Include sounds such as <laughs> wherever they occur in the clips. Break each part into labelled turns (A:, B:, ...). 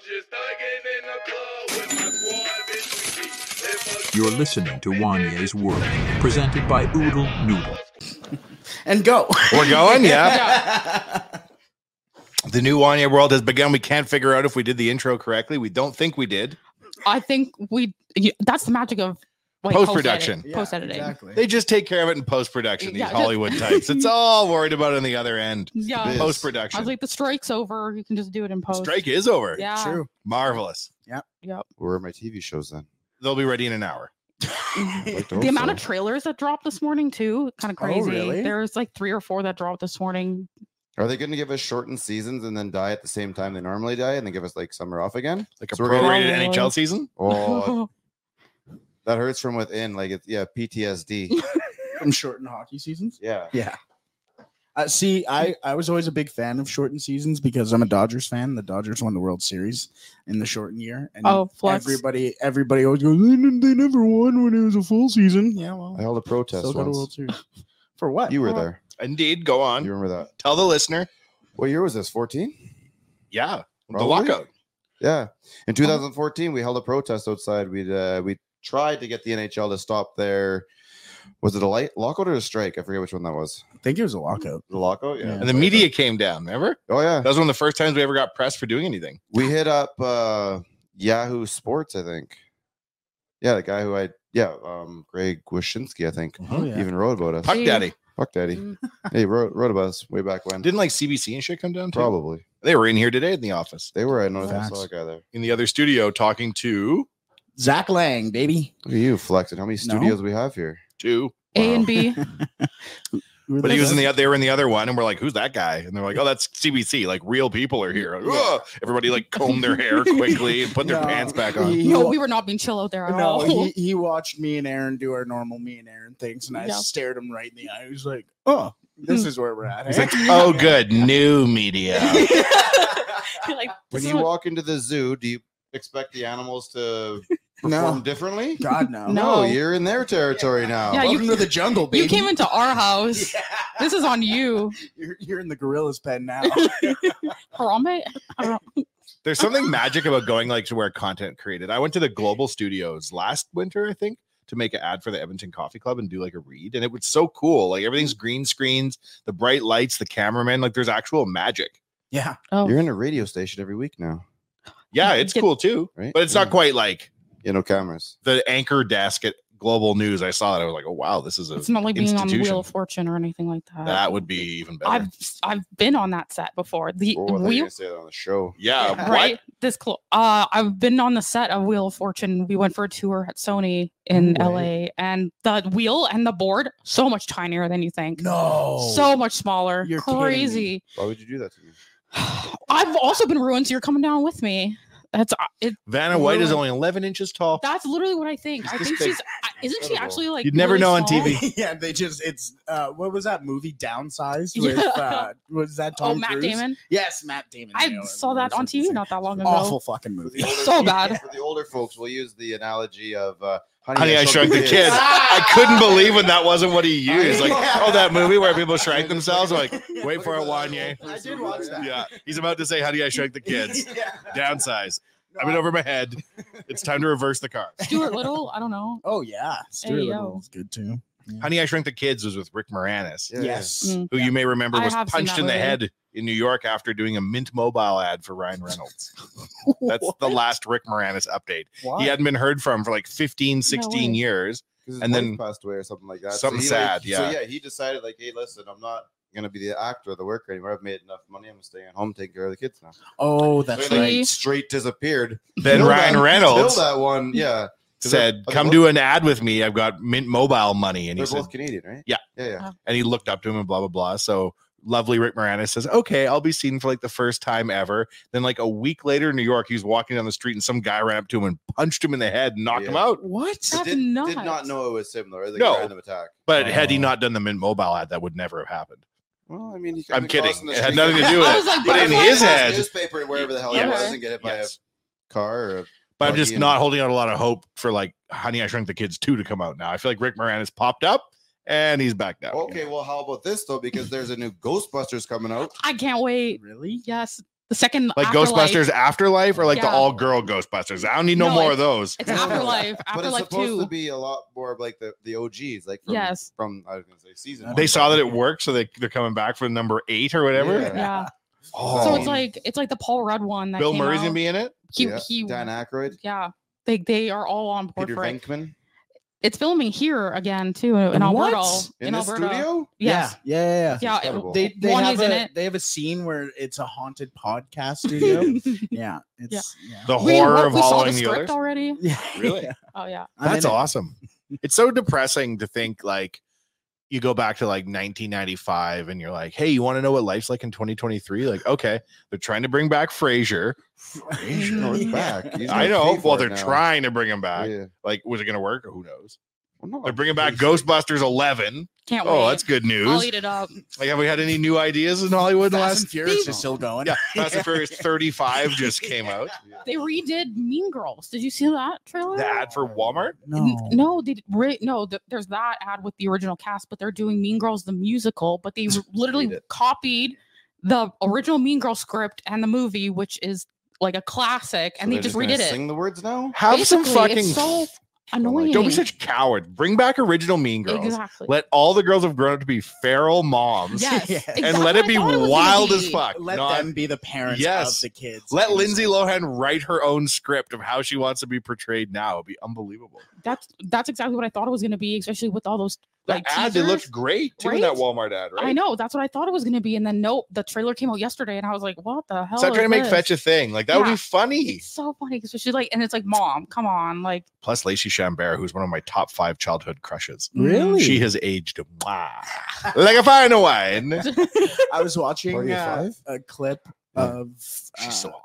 A: just thugging in the club with my squad, bitch, we deep. If
B: You're listening to Wanye's World, presented by Oodle Noodle.
C: and go.
D: We're going,
E: <laughs>
D: yeah. the new Wanya world has begun. We can't figure out if we did the intro correctly. We don't think we did.
E: I think we you, that's the magic of wait,
D: Post-production.
C: <laughs>
E: post-edit-
C: Yeah,
E: Post editing.
C: Exactly.
D: They just take care of it in post production, these
E: Yeah, just-
D: Hollywood types. It's all worried about on the other end.
E: Yeah.
C: This.
D: Post
E: I was
D: production.
E: like, the strike's over. You can just do it in post.
D: Strike is over.
E: Yeah.
C: True.
D: Marvelous.
E: Yep.
F: Where are my TV shows then?
D: They'll be ready in an hour.
F: I'd like to
E: Eh, The
F: hope
E: amount of
F: so.
E: trailers that dropped this morning too, kind of crazy.
C: Oh, really?
E: There's like three or four that dropped this morning.
F: are they going to give us shortened seasons and then die at the same time they normally die, and then give us like summer
E: <laughs>
F: off again?
D: Like a
F: So we're gonna-
D: prorated
E: Probably.
D: NHL season.
F: Oh, that hurts from within. Like it's yeah,
E: <laughs>
F: PTSD.
C: <laughs> From shortened hockey seasons.
F: Yeah,
C: Yeah. Uh, see, I, I was always a big fan of shortened seasons because I'm a Dodgers fan. The Dodgers won the World Series in the shortened year, and
E: Oh, flex.
C: everybody everybody always goes, they, didn't- they never won when it was a full season. Yeah, well,
F: I held a protest
C: still got a
F: once.
C: World Series for what?
F: You were
E: Well,
F: there.
D: Indeed. Go on.
F: You remember that?
D: Tell the listener.
F: What year was this? Fourteen?
D: Yeah.
F: Probably.
D: The lockout.
F: Yeah.
E: Oh.
F: In 2014, we held a protest outside. We uh, we tried to get the NHL to stop their was it a light lockout or a strike? I forget which one that was.
C: I think it was a lockout.
F: The lockout,
C: Yeah.
F: yeah.
D: And the media came down, remember?
F: Oh yeah,
D: That was one of the first times we ever got pressed for doing anything.
F: we hit up uh, Yahoo Sports, I think. Yeah, the guy who I yeah, um, Greg Wyszynski, I think,
D: Mm-hmm.
C: Oh yeah.
F: even wrote about us.
D: Puck
E: See?
D: Daddy.
F: Fuck Daddy, <laughs>
E: Mm.
F: he wrote wrote about us way back when.
D: Didn't like CBC and shit come down too?
F: Probably
D: They were in here today in the office.
F: they were. I noticed I saw
C: Facts.
F: a guy there.
D: in the other studio talking to
C: Zach Lang, baby.
F: Look at you flexing. How many
C: No.
F: studios we have here?
D: to
E: A and B.
D: but he was in the oth- they were in the other one and we're like who's that guy and they're like oh that's CBC like real people are here Like, "Whoa." everybody like combed their hair quickly and put their
C: No.
D: pants back on
C: <laughs> He- he
E: <laughs> no,
C: wa-
E: we were not being chill out there at
C: no,
E: all. <laughs>
C: he, he watched me and Aaron do our normal me and Aaron things, and I
E: Yeah. Hmm.
C: stared him right in the eye. He was like, "Oh, this is where we're at."
D: he's
C: eh?"
D: like oh good new media
E: like,
F: When
E: this
F: you
E: is-
F: walk into the zoo, do you expect the animals to perform
C: "No,
F: differently?
C: God, no,
E: No.
F: No, you're in their territory now.
E: Yeah, you-
C: Welcome to the jungle, baby.
E: you
C: <laughs>
E: came into our house.
C: Yeah.
E: This is on you.
C: You're, you're in the gorilla's pen
E: <laughs>
C: now. <laughs>
E: Harambe? I don't know.
D: there's something magic about going like to where content created I went to the global studios last winter I think to make an ad for the Edmonton Coffee Club and do like a read and it was so cool like everything's green screens the bright lights the cameraman like there's actual magic
C: yeah,
E: Oh,
F: You're in a radio station every week now,
D: yeah it's
E: Get-
D: cool too
F: right?
D: but it's not
F: Yeah.
D: quite like
F: You know, cameras.
D: the anchor desk at Global News. I saw that. I was like, oh wow, this is a
E: it's not like being on the
D: institution.
E: Wheel of Fortune or anything like that.
D: that would be even better.
E: Uh, I've I've been on that set before. The
F: Oh, I thought you were
E: wheel,
F: gonna say that on the show.
D: yeah, what?
E: right? This close. Uh, I've been on the set of Wheel of Fortune. We went for a tour at Sony in
C: No
E: LA, and the wheel and the board so much tinier than you think.
C: no,
E: So much smaller.
C: You're kidding me.
E: Crazy. <sighs>
F: Why would you do that to me?
E: I've also been ruined. So you're coming down with me. That's uh, it.
D: Vanna White is
E: Really?
D: only 11 inches tall.
E: That's literally what I think. I
F: She's
E: think
F: big.
E: she's. I- Isn't she
F: Incredible.
E: actually like?
D: You'd never
E: really
D: know on
E: small?
D: TV.
C: <laughs> yeah, they just it's uh, what was that movie Downsized
E: Yeah.
C: with uh, was that Tom
E: oh, Matt
C: Cruise?
E: Damon.
C: Yes, Matt Damon.
E: I
C: know,
E: saw
C: everyone
E: that on
C: was
E: TV
C: insane.
E: not that long ago.
C: Awful fucking
D: <laughs>
E: <laughs>
C: movie.
E: So bad.
F: For the older folks, we'll use the analogy of uh,
D: Honey, I shrunk the kid. I
C: <laughs>
D: couldn't believe when that wasn't what he
E: <laughs>
D: used. Like,
C: Yeah.
D: oh, that movie where people shrink themselves. I'm like,
C: <laughs>
D: wait
F: Look
D: for
F: at
D: it,
F: that
D: Wanye.
F: little
C: I did
F: person
C: watch
F: over
C: <laughs>
F: there.
C: that.
D: Yeah, he's about to say, "How do I shrink the
E: <laughs>
D: kids?"
C: Yeah.
D: Downsize. I'm in over my head. It's time to reverse the
E: <laughs>
D: car.
E: Stuart Little. I don't know.
C: Oh yeah, Stuart
E: Hey,
C: Little
E: yo.
C: was good too.
D: Honey, I Shrunk the Kids was with Rick Moranis.
F: Yeah.
C: Yes.
E: Mm.
D: who you may remember
E: I
D: was
E: have seen
D: punched
E: that
D: in the
E: movie.
D: head in New York after doing a Mint Mobile ad for
E: <laughs>
D: Ryan Reynolds. <laughs> <laughs> That's the last Rick Moranis update.
C: Why?
D: He hadn't been heard from for like 15, 16
E: way.
D: years.
F: 'Cause his
D: And
F: wife
D: then
F: passed away or something like that.
D: something
F: he,
D: sad, yeah.
F: So yeah, he decided like, hey, listen, I'm not gonna be the actor or the worker anymore. I've made enough money. I'm staying at home, taking care of the kids now.
C: Oh, that's
F: So he, like,
C: right.
E: See?
F: Straight disappeared.
D: Then
F: Till
D: Ryan
F: that-
D: Reynolds
F: till that one, yeah. 'Cause they're-
D: said,
F: are they
D: Come
F: both-
D: do an ad with me. I've got Mint Mobile money. And
F: They're
D: he said,
F: both Canadian, right?
D: Yeah.
F: yeah, yeah.
D: and he looked up to him and blah, blah, blah. So lovely Rick Moranis says, Okay, I'll be seen for like the first time ever. Then, like a week later in New York, he was walking down the street and some guy ran up to him and punched him in the head and knocked him
F: Yeah.
D: out.
C: What?
E: That's
F: did, did not
E: nuts.
F: know it was similar. Like
D: No.
F: a random attack.
D: But had he
C: Oh.
D: not done the Mint Mobile ad, that would never have happened.
F: Well, I mean, he
D: I'm
F: could've been
D: kidding.
F: crossing the
D: It had
F: street.
D: nothing
F: <laughs>
D: to do with
E: I
D: it.
E: was like,
D: But in
E: "Butterfly
D: his
E: Effect?"
D: head-
F: newspaper, and wherever the hell
E: Yeah.
F: he was, and get hit by
D: Yes.
F: a car or a
D: But I'm
F: Buggy
D: just
F: and-
D: not holding out a lot of hope for like Honey I Shrunk the Kids 2 to come out now. I feel like Rick Moranis popped up and he's back now.
F: Okay, well, how about this though? Because there's a new Ghostbusters coming out.
E: I can't wait.
C: Really?
E: Yes, The second
D: Like
E: afterlife-
D: Ghostbusters Afterlife or like the
E: Yeah.
D: all girl Ghostbusters? I don't need no,
E: No,
D: more of those.
E: It's
F: No, no, no.
E: afterlife.
F: but it's
E: Afterlife
F: supposed to
E: two.
F: be a lot more of like the, the OGs, like from,
E: Yes.
F: from I was gonna say season. one.
D: They saw that it worked, so they they're coming back for number eight or whatever.
F: Yeah.
E: Yeah.
D: Oh.
E: So it's like it's like the Paul Rudd one that
D: Bill
E: came
D: Murray's
E: out.
D: gonna be in it.
E: he,
F: Yeah.
E: he
F: Dan Aykroyd,
E: yeah. They they are all on board
F: Peter
E: for it.
F: Venkman
E: It's filming here again too in Alberta.
F: in, this
E: Alberta.
F: studio.
E: Yes.
C: Yeah. Yeah. yeah, yeah.
E: Yeah. it-
F: <laughs> Incredible.
C: They, they
E: One
C: have
E: is in
C: a,
E: it.
C: they have a scene where it's a haunted podcast studio. yeah, it's yeah.
D: The
E: We-
D: horror
E: what,
D: of
E: we saw
D: following
E: the
D: the
E: script
D: others.
E: already.
C: yeah. <laughs>
D: Really?
E: Oh yeah.
C: I'm
D: That's
C: in it.
D: awesome. It's so depressing to think like you go back to like 1995 and you're like, hey, you want to know what life's like in 2023? Like, okay, they're trying to bring back Frasier.
C: <laughs>
F: Asian
C: Mhm.
E: <laughs>
F: North
C: Yeah.
F: back. He's
D: I
F: gonna
D: know.
F: pay for
D: Well,
F: it
D: they're
F: now.
D: trying to bring him back.
F: Yeah. Oh,
D: Like, was it going to work? Who knows?
F: Well, no,
D: They're bringing back
F: he's-
D: Ghostbusters 11.
E: Can't wait.
D: Oh, that's good
E: I'll
D: news.
E: eat it up.
D: Like, have we had any new ideas in Hollywood in the
C: Fast and
D: last?
C: Furious is still going.
D: Yeah, Fast and Furious 35 just came out.
E: They redid Mean Girls. Did you see that trailer?
D: The ad for Walmart.
E: N-
C: No.
E: No, they did- re- no. th- there's that ad with the original cast, but they're doing Mean Girls the musical.
D: <laughs>
E: But they literally copied the original Mean Girl script and the movie, which is like a classic,
F: So
E: and they
F: they're
E: just
F: gonna
E: redid it.
F: Sing the words now.
D: Have some
E: Basically,
D: fucking.
E: it's so
D: <laughs>
E: annoying.
D: Don't be such cowards. Bring back original Mean Girls.
E: Exactly.
D: Let all the girls have grown up to be feral moms.
E: <laughs> yes,
C: Yeah.
D: <laughs>
E: exactly
D: And let it
E: what I
D: be
E: thought was gonna
D: wild as
E: be.
D: fuck.
C: Let
D: not-
C: them be the parents
D: Yes.
C: of the kids.
D: let Lindsay Lohan write her own script of how she wants to be portrayed now. It'd be unbelievable.
E: That's that's exactly what I thought it was gonna be, especially with all those
D: That
E: like
D: ad, they
E: teasers.
D: looked great too in
E: right?
D: that Walmart ad, right?
E: I know that's what I thought it was gonna be, and then nope, the trailer came out yesterday, and I was like, what the hell?
D: Stop
E: is
D: trying to make
E: this?
D: fetch a thing. Like that would
E: Yeah.
D: be funny.
E: It's so funny because she's like, and it's like, mom, come on, like,
D: Plus Lacey Chambert, who's one of my top five childhood crushes.
C: Really?
D: She has aged mwah, like a fine wine.
E: <laughs>
C: I was watching
F: Are you
C: uh,
F: five?
C: a clip
F: Yeah.
C: of uh,
D: She's so hot.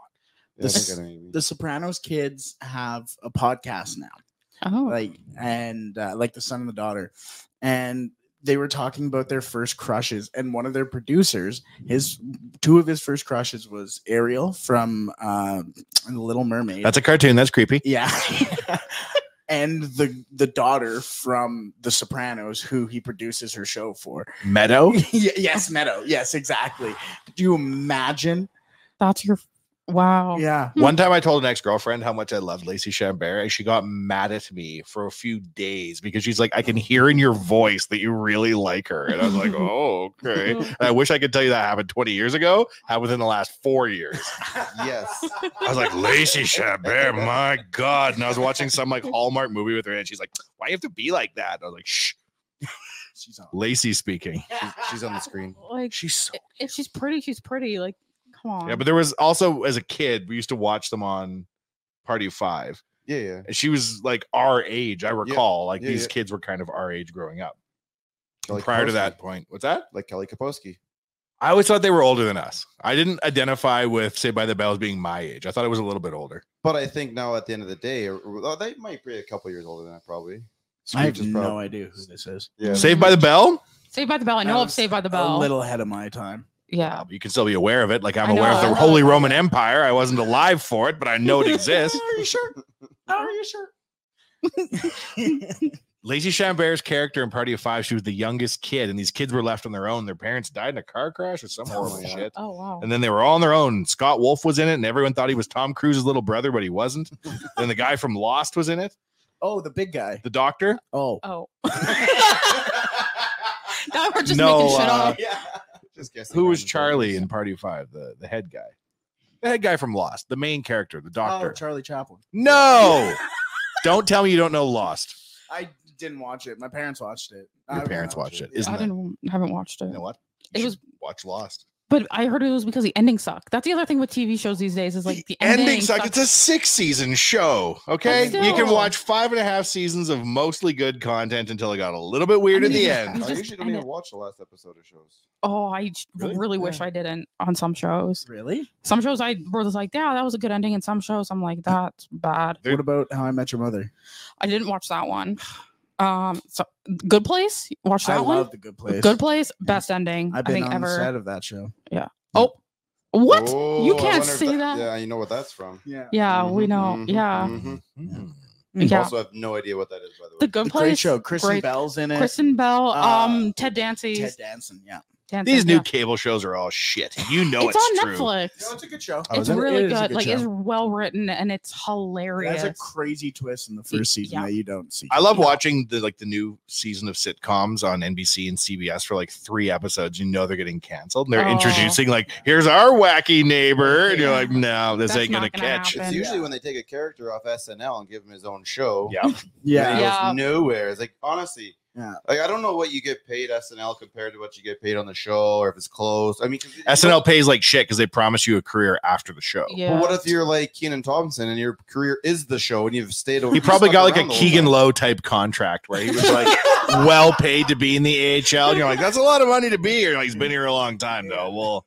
F: Yeah, I
C: This-
F: think I know what you mean.
C: the Sopranos kids have a podcast now.
E: oh,
C: like and uh, like the son and the daughter and they were talking about their first crushes and one of their producers his two of his first crushes was ariel from uh, the little mermaid
D: That's a cartoon. That's creepy.
C: yeah <laughs> and the the daughter from the sopranos who he produces her show for <laughs>
D: Meadow.
C: Y- yes meadow yes exactly do you imagine
E: that's your wow.
C: yeah
D: One time I told an ex girlfriend how much I loved Lacey Chambert, and she got mad at me for a few days because she's like, I can hear in your voice that you really like her. And I was like, oh,
E: <laughs>
D: okay. And I wish I could tell you that happened 20 years ago, happened within the last four years.
F: yes.
D: I was like, Lacey Chabert, my God. And I was watching some like Hallmark movie with her, and she's like, why you have to be like that? And I was like, shh,
C: she's on
D: Lacey speaking.
F: She's, she's on the screen.
E: <laughs> Like,
D: She's so.
E: i- if she's pretty, she's pretty. Like, come on.
D: Yeah, but there was also, as a kid, we used to watch them on Party of Five.
F: Yeah, yeah.
D: And she was like our age, I recall. Like
F: Yeah,
D: these
F: yeah.
D: kids were kind of our age growing up.
F: Kelly
D: Prior to
F: Kapowski.
D: that point, what's that?
F: like Kelly Kapowski.
D: I always thought they were older than us. I didn't identify with Saved by the Bell as being my age. I thought it was a little bit older.
F: But I think now at the end of the day, or- or- oh, they might be a couple years older than that, probably.
C: i have
F: Screech is
C: no
F: prob-
C: idea who this is
F: Yeah.
D: Saved by the Bell?
E: Saved by the Bell. I know
C: I
E: of
C: was
E: Saved by the
C: a
E: Bell.
C: little ahead of my time
E: yeah.
D: You can still be aware of it. Like I'm
E: I
D: aware of
E: know.
D: the Holy Roman Empire. I wasn't alive for it, but I know it
C: <laughs>
D: exists. <laughs>
C: Are you sure? Are you sure?
D: Lacey Chambert's character in Party of Five, she was the youngest kid, and these kids were left on their own. Their parents died in a car crash or some
F: Oh
D: horrible
F: my God.
D: shit.
E: Oh wow.
D: And then they were all on their own. Scott Wolf was in it, and everyone thought he was Tom Cruise's little brother, but he wasn't. <laughs> then the guy from Lost was in it,
C: <laughs> oh, the big guy.
D: the doctor.
C: Oh,
D: <laughs>
E: oh. now we're just
D: No,
E: making shit
D: uh,
E: <laughs> up.
F: yeah. Just guessing.
D: Who was
F: random
D: Charlie
F: things.
D: in Party of Five? The the head guy, the head guy from Lost, the main character, the doctor.
C: oh, Charlie Chaplin.
D: no, don't tell me you don't know Lost.
C: I didn't watch it. My parents watched it. I
D: Your
C: would
D: parents
C: watch
D: watched it. Isn't
E: I
D: that-
E: didn't. I haven't watched it.
D: You know what?
E: It
D: should
E: was-
D: watch Lost.
E: But I heard it was because the endings suck. That's the other thing with TV shows these days is like the, ending,
D: sucked.
E: sucks.
D: It's a six season show. Okay,
E: But
D: you can
E: still.
D: watch five and a half seasons of mostly good content until it got a little bit weird
E: I
D: at the
E: mean,
D: end.
E: you
F: I
E: just
F: usually don't
E: end
F: even
E: it.
F: watch the last episode of shows.
E: Oh, I j- really, wish I didn't on some shows.
C: Really?
E: Some shows I was like, yeah, that was a good ending, and some shows I'm like, that's bad.
D: Dude.
C: What about How I Met Your Mother?
E: I didn't watch that one. Um, so Good Place, watch that
C: I
E: one.
C: love The Good Place.
E: Good Place, best ending
C: I've
E: I
C: been
E: think
C: on the
E: ever.
C: set of that show.
E: Oh, what?
F: Oh, I
E: can't
F: wonder if
E: say that.
F: Yeah, you know what that's from.
C: Yeah.
E: yeah, we
F: Mhm,
E: know.
C: mm-hmm,
F: mhm,
E: Yeah,
F: mhm.
D: Mhm.
E: yeah.
F: Also, I have no idea what that is, by the way.
E: the Good
C: The
E: Place,
C: great show. Kristen
E: great.
C: Bell's in it.
E: Kristen Bell,
C: Uh,
E: um, Ted Dancy,
C: Ted Danson. Yeah.
E: <laughs> Dan
D: These
E: said
D: new
E: no.
D: cable shows are all shit. You know
E: it's,
D: it's,
E: on
D: true.
E: Netflix.
C: it's Oh, a good show.
E: it's Oh, really good. Like it's well written and it's hilarious.
C: That's a crazy twist in the first season
E: Yeah.
C: that you don't see.
D: I love watching the like the new season of sitcoms on NBC and CBS for like three episodes. You know they're getting canceled. And they're
E: Oh.
D: introducing like, here's our wacky neighbor, and you're
E: Yeah.
D: like, no, this
E: That's
D: ain't gonna,
E: not gonna
D: catch.
E: happen.
F: It's usually when they take a character off SNL and give him his own show.
D: Yeah,
C: Yeah.
F: And he
E: Yeah.
F: goes nowhere. It's like honestly,
C: Yeah.
F: Like I don't know what you get paid SNL compared to what you get paid on the show, or if it's close. I mean, 'cause you don't-
D: SNL pays like shit because they promise you a career after the show.
E: yeah.
F: But what if you're like Keenan Thompson and your career is the show and you've stayed?
D: He probably got like a
F: around the whole
D: Keegan
F: time?
D: Lowe type contract where he was
E: <laughs>
D: like well paid to be in the AHL. And you're like, that's a lot of money to be here. You're Like, he's been here a long time though. Well,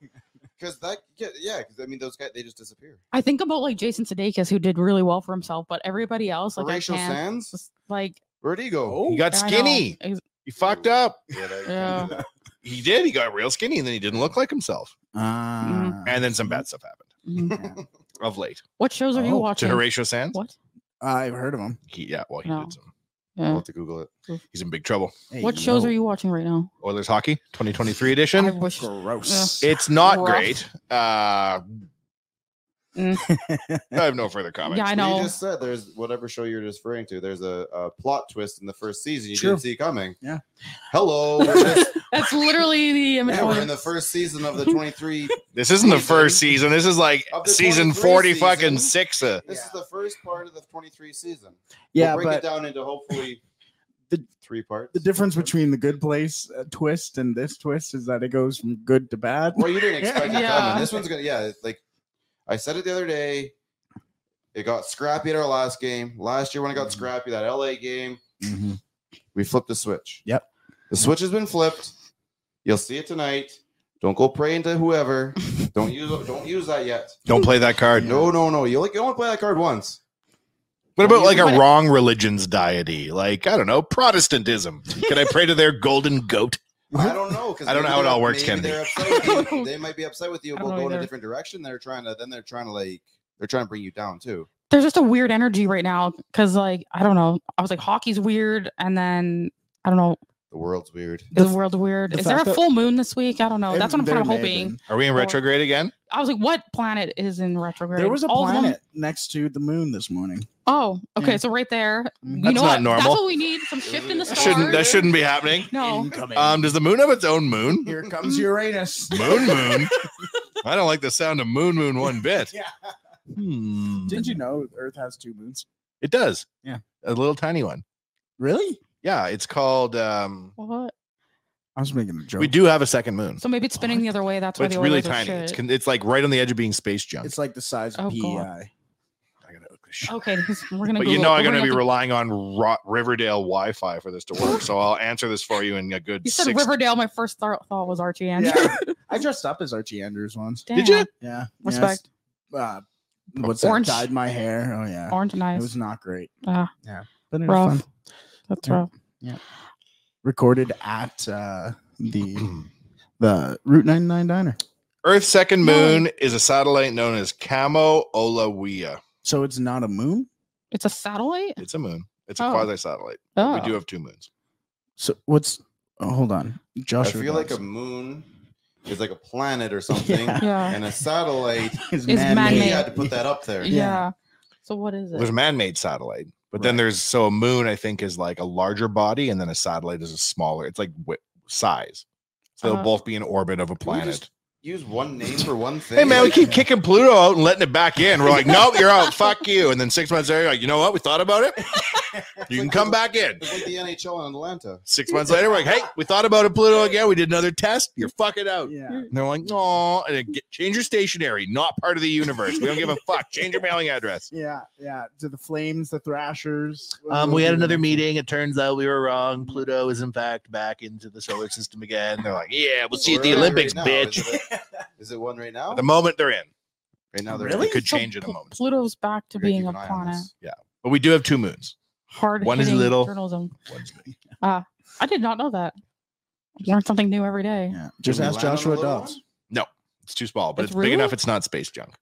F: Because that, yeah, yeah. Because I mean, those guys they just disappear.
E: I think about like Jason Sudeikis who did really well for himself, but everybody else like
F: Horatio
E: I can't.
F: Sands,
E: Just, like
F: where'd he
C: Oh,
F: go?
D: he got
E: I know.
D: skinny.
E: Ex-
D: He fucked up.
F: Yeah, that-
E: Yeah.
D: He did. He got real skinny, and then he didn't look like himself.
C: Ah.
D: And then some bad stuff happened
E: mm.
C: Yeah.
D: of late.
E: What shows are you
D: Oh,
E: watching?
D: To Horatio Sands.
E: What?
C: I've heard of him.
D: He, yeah, well, he
E: No.
D: did some.
E: Yeah.
F: I'll have to Google it.
D: He's in big trouble.
C: Hey,
E: what shows
C: yo,
E: are you watching right now?
D: Oilers hockey, 2023
E: I
D: edition.
E: wish.
C: Gross.
D: It's not
E: Rough.
D: great. Uh,
E: Mm.
D: I have no further comment.
E: Yeah, I
F: You
E: know.
F: just said there's whatever show you're referring to. There's a, a plot twist in the first season you
C: True.
F: didn't see coming.
C: Yeah.
E: <laughs>
F: Hello. We're, just-
E: <laughs> That's literally
D: <laughs>
E: the image.
F: yeah, we're in the first
E: <laughs>
F: season of the 23.
D: This isn't the first season. This is like
F: Of the
D: season
F: 23
D: 40
F: season.
D: fucking six. Uh,
F: This is the first part of the 23 season.
C: Yeah,
F: We'll break it
C: but
F: down into hopefully
C: The-
F: three parts.
C: the difference between the good place uh, twist and this twist is that it goes from good to bad.
F: Well, you didn't expect
E: <laughs>
F: it
E: Yeah.
F: coming. This one's gonna, yeah. it's Like I said it the other day, it got scrappy at our last game. Last year when it
C: Mm-hmm.
F: got scrappy, that LA game, we flipped the switch.
C: Yep.
F: The switch has been flipped. You'll see it tonight. Don't go praying to
D: <laughs>
F: whoever. don't use don't use that yet.
D: Don't play that card.
F: No, no, no. You like you only play that card once.
D: What about like
E: What-
D: a wrong religion's deity? Like, I don't know, Protestantism. Can I pray to their golden goat?
F: I don't know
D: <laughs>
F: because
D: I don't know how it all works, Kennedy.
E: <laughs>
F: They might be upset with you
E: I
F: about
E: don't know
F: going a
E: either.
F: different direction. They're trying to then they're trying to like they're trying to bring you down too.
E: There's just a weird energy right now because like I don't know. I was like hockey's weird, and then I don't know
F: The world's weird.
E: the,
C: The-
E: world's weird.
C: the
E: Is there a
C: fact that-
E: full moon this week? I don't know. Oh, That's what I'm
C: There
E: kind of
C: may have
E: hoping.
C: been.
D: Are we in
E: Or-
D: retrograde again?
E: I was like, what planet is in retrograde?
C: There was a
E: All of them?
C: planet next to the moon this morning.
E: Oh, okay.
C: Yeah.
E: So right there, you
D: Mm. Mm-hmm. That's
E: know
D: not
E: what? That's
D: normal.
E: what we need. Some shift in the
F: That
E: stars.
D: Shouldn't <laughs> that shouldn't be happening?
E: no.
C: Incoming.
D: Um, does the moon have its own moon?
C: Here comes Uranus.
D: Moon Moon. <laughs> I don't like the sound of Moon Moon one bit.
C: Yeah.
D: Hmm.
C: Did you know Earth has two moons?
D: It does.
C: Yeah.
D: A little tiny one.
C: Really?
D: Yeah. It's called um
E: What?
C: I was making a joke.
D: we do have a second moon.
E: So maybe it's spinning the other way. That's
D: But
E: why
D: it's
E: the
D: really
E: Oilers are
D: tiny. It's,
E: shit.
D: con- it's like right on the edge of being space junk.
C: It's like the size of E
E: Oh,
C: PEI.
E: God.
D: I gotta look this shit
E: okay, <laughs> this- we're Oh, gonna.
D: But
E: Google
D: you
E: it.
D: know I'm
E: We're
D: going to be
E: have
D: relying on Ro- Riverdale Wi-Fi for this to work, so I'll answer this for you in a good.
E: You said
D: six-
E: Riverdale. My first thought thought was Archie Andrews. <laughs>
C: Yeah. I dressed up as Archie Andrews once.
E: Damn.
D: Did you?
C: Yeah.
E: Respect.
C: Yes. Uh, what's that?
E: Orange.
C: Dyed my hair. Oh yeah.
E: Orange and
C: It
E: Ice.
C: was not great.
E: Ah.
C: yeah. But it was
E: rough.
C: fun.
E: That's
C: Yeah.
E: rough.
C: Recorded at uh, the the Route 99 Diner.
D: Earth's second moon is a satellite known as Camo Olawea.
C: So it's not a moon.
E: It's a satellite.
D: It's a moon. It's a
E: Oh.
D: quasi satellite.
E: Oh.
D: We do have two moons.
C: So what's? Oh, hold on,
F: I
C: Joshua.
F: feel like a
C: Dobbs
F: moon is like a planet or something,
E: Yeah.
F: and
C: <laughs>
F: a satellite.
C: is
E: is
F: And
E: Man-made.
F: he had to put that up there.
E: yeah. So what is
D: There's a
E: it?
D: man-made satellite, but then
C: Right.
D: there's so a moon I think is like a larger body, and then a satellite is a smaller. It's like wi- size. So they'll
E: Uh,
D: both be in orbit of a planet.
F: just Use one name for one thing.
D: Hey man, we
F: Like,
D: keep kicking Pluto out and letting it back in. We're like, nope, you're out. Fuck you. And then six months later, you're like, you know what? We thought about it.
F: <laughs>
D: You can come back in.
F: It's like the NHL in Atlanta.
D: Six months later, we're like, hey, we thought about it, Pluto again. We did another test. You're fucking out.
C: Yeah.
D: And they're like, no, and then get, change your stationery. Not part of the universe. We don't give a fuck. Change your mailing address.
C: Yeah, yeah. To the Flames, the Thrashers.
D: Um, meeting. It turns out we were wrong. Pluto is in fact back into the solar system again. They're like, yeah, we'll see you at the
F: Where are we
D: Olympics,
F: right now?
D: bitch.
F: Is it, is it one right now?
D: At the moment they're in,
F: Right now, they're
D: Really? it could change in a
E: Pl-
D: moment.
E: Pluto's back to
F: We're gonna
E: being
F: keep
E: a
F: an eye on
E: planet.
F: this.
D: but we do have two moons.
E: Hard.
D: One is
E: hitting
D: little.
E: Journalism.
D: One's big.
E: I did not know that. Learn something new every day.
C: Yeah. Just
F: we
C: ask
F: land on the
C: Joshua
F: little
C: <laughs> Dobbs.
F: one?
D: It's too small, but
E: It's
D: it's big
E: real?
D: enough. It's not space junk.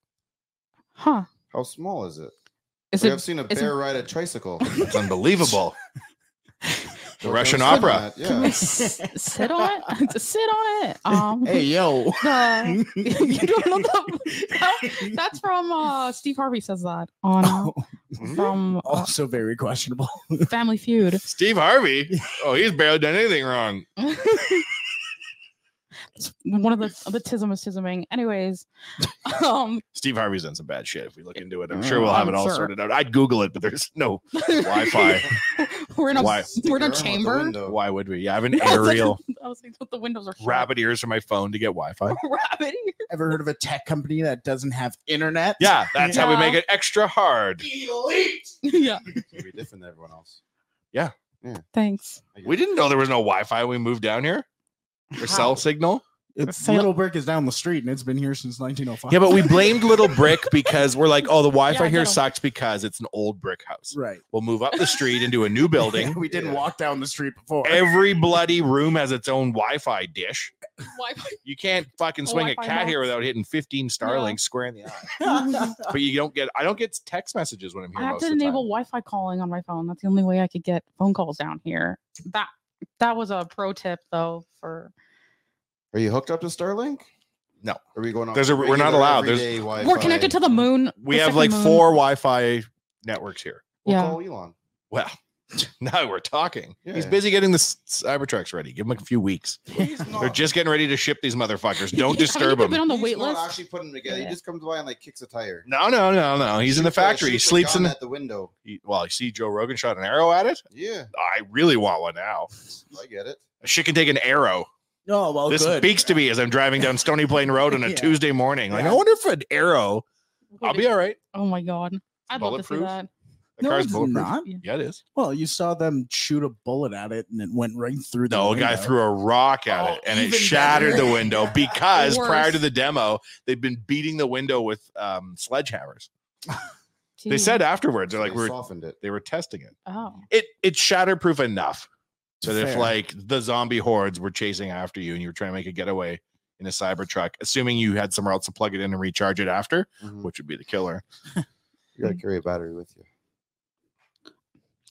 E: Huh?
F: How small is it?
E: Is
F: we
E: it
F: have seen a
E: is
C: <laughs>
E: it-
F: bear ride a tricycle.
D: It's unbelievable. The
F: Well,
D: Russian
F: don't sit
D: opera.
F: on that,
E: Can we
F: Yeah.
E: s- sit on it? <laughs> To sit on it. Um,
C: Hey yo.
E: <laughs>
C: <laughs>
E: the- you don't know the- that's from uh, Steve Harvey says that on
C: Oh.
E: uh,
C: <laughs>
E: from uh,
C: also very questionable.
E: Family
D: <laughs>
E: Feud.
D: Steve Harvey. Oh, he's barely done anything wrong.
E: <laughs> It's one of the the tism is tisming.
D: <laughs>
E: Anyways, um,
D: Steve Harvey's done some bad shit. If we look into it, I'm sure we'll have
E: Mm, I'm
D: it all
E: sure.
D: sorted out. I'd Google it, but there's
E: <laughs>
D: no Wi-Fi.
E: we're in a
D: Why?
E: we're in
F: Stick your arm
E: a
F: out the
E: chamber.
F: window.
D: Why would we? Yeah, I have
E: <laughs> I
D: an
E: was like-
D: aerial
E: <laughs> I was like, but the windows are shut.
D: rabbit ears on my phone to get <laughs> Wi-Fi.
E: <laughs> rabbit. ears.
C: Ever heard of a tech company that doesn't have internet?
D: Yeah, that's how we
E: Yeah.
D: make it extra hard.
E: <laughs> yeah.
F: It'd be different than everyone else.
E: Thanks.
D: We didn't know there was no Wi-Fi. when We moved down here for cell signal.
C: It's
E: Sale-
C: Little Brick is down the street and it's been here since 1905.
D: Yeah, but we blamed Little Brick because we're like, oh, the Wi-Fi
E: Yeah,
D: here
E: no.
D: sucks because it's an old brick house.
C: right.
D: We'll move up the street into a new building.
C: <laughs> we didn't
F: Yeah.
C: walk down the street before.
D: Every bloody room has its own Wi-Fi dish.
E: <laughs> Wi-Fi.
D: You can't fucking swing a
E: Wi-Fi
D: cat here
E: box.
D: without hitting 15 Starlink square in the eye. But you don't get. I don't get text messages when I'm here.
E: I have
D: most
E: to
D: of the time.
E: enable Wi-Fi calling on my phone. That's the only way I could get phone calls down here. That that was a pro tip though for
F: Are you hooked up to Starlink?
D: No.
F: Are we going? off
D: There's a- we're not
F: regular
D: allowed. There's-
F: everyday
E: we're
F: Wi-Fi?
E: connected to the moon.
D: We
E: the
D: have
E: second
D: like
E: moon.
D: four Wi-Fi networks here.
F: We'll
E: Yeah.
F: call Elon.
D: Well, now we're talking. He's
F: Yeah.
D: busy getting the s- Cybertrucks ready. Give him a few weeks.
F: He's
D: <laughs>
F: not.
D: They're just getting ready to ship these
E: <laughs>
D: motherfuckers. Don't
E: Yeah,
D: disturb
E: <laughs> haven't you
D: him.
E: Been on the
F: He's
E: wait
F: not
E: list.
F: actually putting them together.
E: Yeah.
F: He just comes by and like kicks a tire.
D: No, no, no, no. He's in the
F: Shoots a-
D: factory. He
F: shoots a
D: sleeps in
F: gun
D: the.
F: at the window.
D: he- Well, you see Joe Rogan shot an arrow at it.
F: Yeah,
D: I really want one now.
F: I get it.
D: She can take an arrow.
C: Oh well,
D: this
C: good.
D: speaks to me as I'm driving down Stony Plain Road on a
C: Yeah.
D: Tuesday morning. Like,
C: Yeah.
D: I wonder if an arrow. I'll be all right.
E: Oh my god. I'd love to see
D: Bulletproof?
E: that.
D: The
C: no,
D: car's
C: it's
D: bulletproof.
C: not.
E: Yeah.
D: Yeah, it is.
C: Well, you saw them shoot a bullet at it and it went right through. The
D: No, a guy
C: window.
D: threw a rock at
C: Oh,
D: it and it
C: even
D: shattered
C: better.
D: the window because prior
E: Worse.
D: to the demo, they'd been beating the window with um, sledgehammers. They
E: Gee.
D: said afterwards, they're like,
F: They
D: we're,
F: softened it.
D: they were testing it.
E: Oh.
D: It it's shatterproof enough that if
C: Fair.
D: like the zombie hordes were chasing after you and you were trying to make a getaway in a Cybertruck, assuming you had somewhere else to plug it in and recharge it after,
F: Mhm.
D: which would be the killer.
F: You gotta carry a battery with you.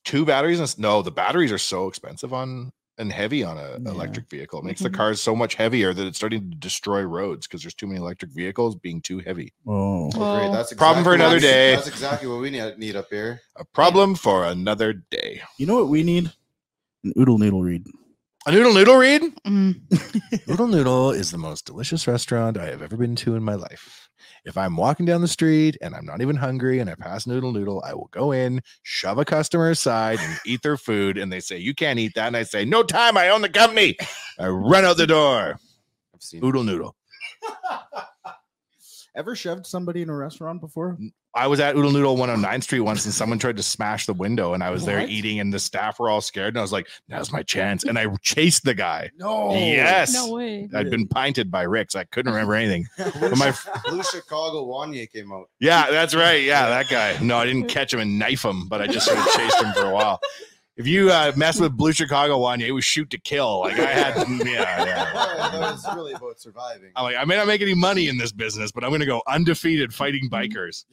D: Two batteries? and s- No, the batteries are so expensive on and heavy on a
C: Yeah. Mm-hmm.
D: electric vehicle. It makes the
E: Mhm.
D: cars so much heavier that it's starting to destroy roads because there's too many electric vehicles being too heavy.
C: Oh.
F: Oh, great.
E: Well,
F: That's
D: Problem for another
F: exactly what we-
D: day.
F: That's exactly what we need, need up here.
D: A problem for another day.
C: You know what we need? An oodle noodle read.
D: A noodle noodle read?
E: mm,
D: Noodle Noodle is the most delicious restaurant I have ever been to in my life. If I'm walking down the street and I'm not even hungry and I pass Noodle Noodle, I will go in, shove a customer aside, and eat their food. And they say, You can't eat that. And I say, No time. I own the company. I run out the door.
F: I've seen.
D: Noodle Noodle.
C: Ever shoved somebody in a restaurant before?
D: I was at Oodle Noodle 109th Street once and someone tried to smash the window and I was there
E: What?
D: eating and the staff were all scared and I was like, now's my chance. And I chased the guy.
C: No. <laughs>
D: yes.
E: Oh, no way.
D: I'd been pinted by Rick's. I couldn't remember anything.
E: <laughs>
D: But my
F: Blue Chicago Wanye
D: <laughs>
F: came out.
D: Yeah, that's right. Yeah, that guy. No, I
C: <laughs>
D: didn't catch him and knife him, but I just sort of chased him for a while. If you uh, mess with Blue Chicago one, it was shoot to kill. Like
C: <laughs>
D: I had, yeah, yeah.
F: Yeah, that was really about surviving.
D: I'm like, I may not make any money in this business, but I'm going to go undefeated
C: <laughs>
D: fighting bikers.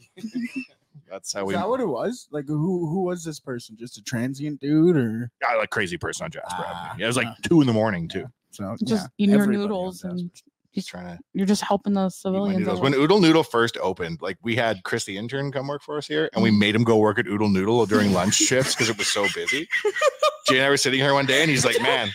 D: That's how
C: Is
D: we.
C: that what it was? Like who who was this person? Just a transient dude or
D: I like crazy person on Jasper.
C: Ah,
D: Avenue. Yeah, it was like
C: ah.
D: two in the morning too.
C: so
E: Just
C: yeah,
E: eating your
C: everybody on
E: noodles
C: Jasper.
E: and
D: Just trying to
E: you're just helping the
D: eat my
E: civilians.
D: noodles.
E: over. <laughs>
D: When Oodle Noodle first opened, like we had Chris the intern come work for us here, and we
E: Mm-hmm.
D: made him go work at Oodle Noodle during
E: <laughs>
D: lunch shifts because it was so busy. Jay and I were sitting here one day, and he's like, "Man,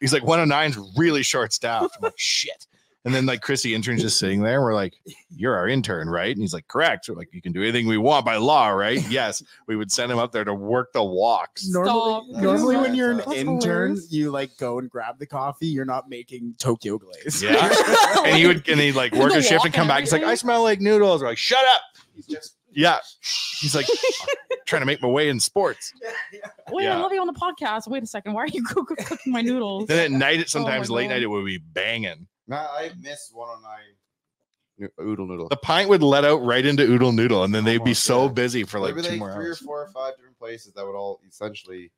D: he's like 109's really short staffed." I'm like, "Shit." And then like Chris the intern's just sitting there, and we're like, "You're our intern, right?" And he's like, "Correct." We're like, "You can do anything we want by law, right?" yes. We would send him up there to work the walks.
E: Stop.
C: Normally, normally when you're an
F: That's
C: intern,
E: hilarious.
C: you like go and grab the coffee. You're not making Tokyo glaze.
D: Yeah. And he would and he'd like work
E: The
D: a shift
E: walk
D: and come
E: and
D: back. He's like,
E: everything?
D: I smell like noodles. We're like, shut
E: <laughs>
D: up.
F: He's just
D: Yeah. He's like trying to make my way in sports.
E: <laughs> Wait,
D: Yeah.
E: I love you on the podcast. Wait a second. Why are you <laughs> cook- cooking my
D: <laughs>
E: noodles?
D: Then at night, it sometimes late
E: uh, oh God.
D: night, it would be banging.
F: Matt, I miss 109 Oodle Noodle.
D: The pint would let out right into Oodle Noodle, and then
F: Oh
D: they'd
F: my
D: be so
F: God.
D: busy for like
F: There'd be
D: two
F: like
D: more
F: three
D: hours.
F: or four or five different places that would all essentially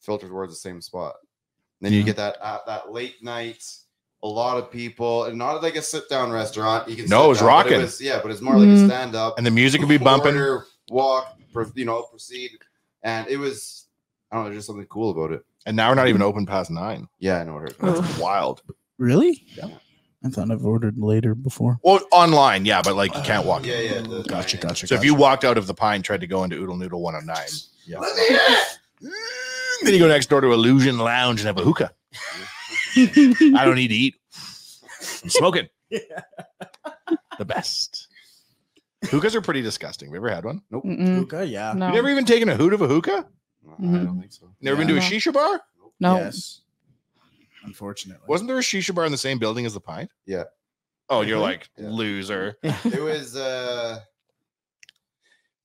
F: filter towards the same spot. And then you
C: Yeah.
F: get that uh, that late night, a lot of people, and not like a sit down restaurant. You can
D: No,
F: sit
D: it was
F: down, but
D: rocking.
F: was- yeah, but it's more like a
E: Mhm.
F: stand up.
D: And the music would be bumping.
F: Order, walk, pro- you know, proceed, and it was. I don't know, there's just something cool about it.
D: And now we're not even open past nine.
F: Yeah, I know what it is.
E: <laughs>
D: That's wild.
C: Really?
D: Yeah.
C: I thought I've ordered later before.
D: Well, online, yeah, but like you can't walk. in.
F: yeah.
C: Gotcha, gotcha.
D: So if
C: gotcha.
D: you walked out of the pine, tried to go into Oodle Noodle 109, yeah. mm, Then you go next door to Illusion Lounge and have a hookah. I don't need to eat. I'm
F: <laughs>
D: smoking. The best. Hookahs are pretty disgusting. Have you ever had one?
F: Nope.
E: Mm-mm.
C: Hookah, yeah.
E: No.
D: You never even taken a hoot of a hookah?
F: I
C: Mm-hmm.
F: don't think so.
D: Never
C: Yeah.
D: been to a
E: No.
D: shisha bar?
E: No.
C: Yes. Unfortunately.
D: Wasn't there a shisha bar in the same building as the pint?
F: Yeah.
D: Oh, you're like
F: Yeah.
D: loser.
F: It was uh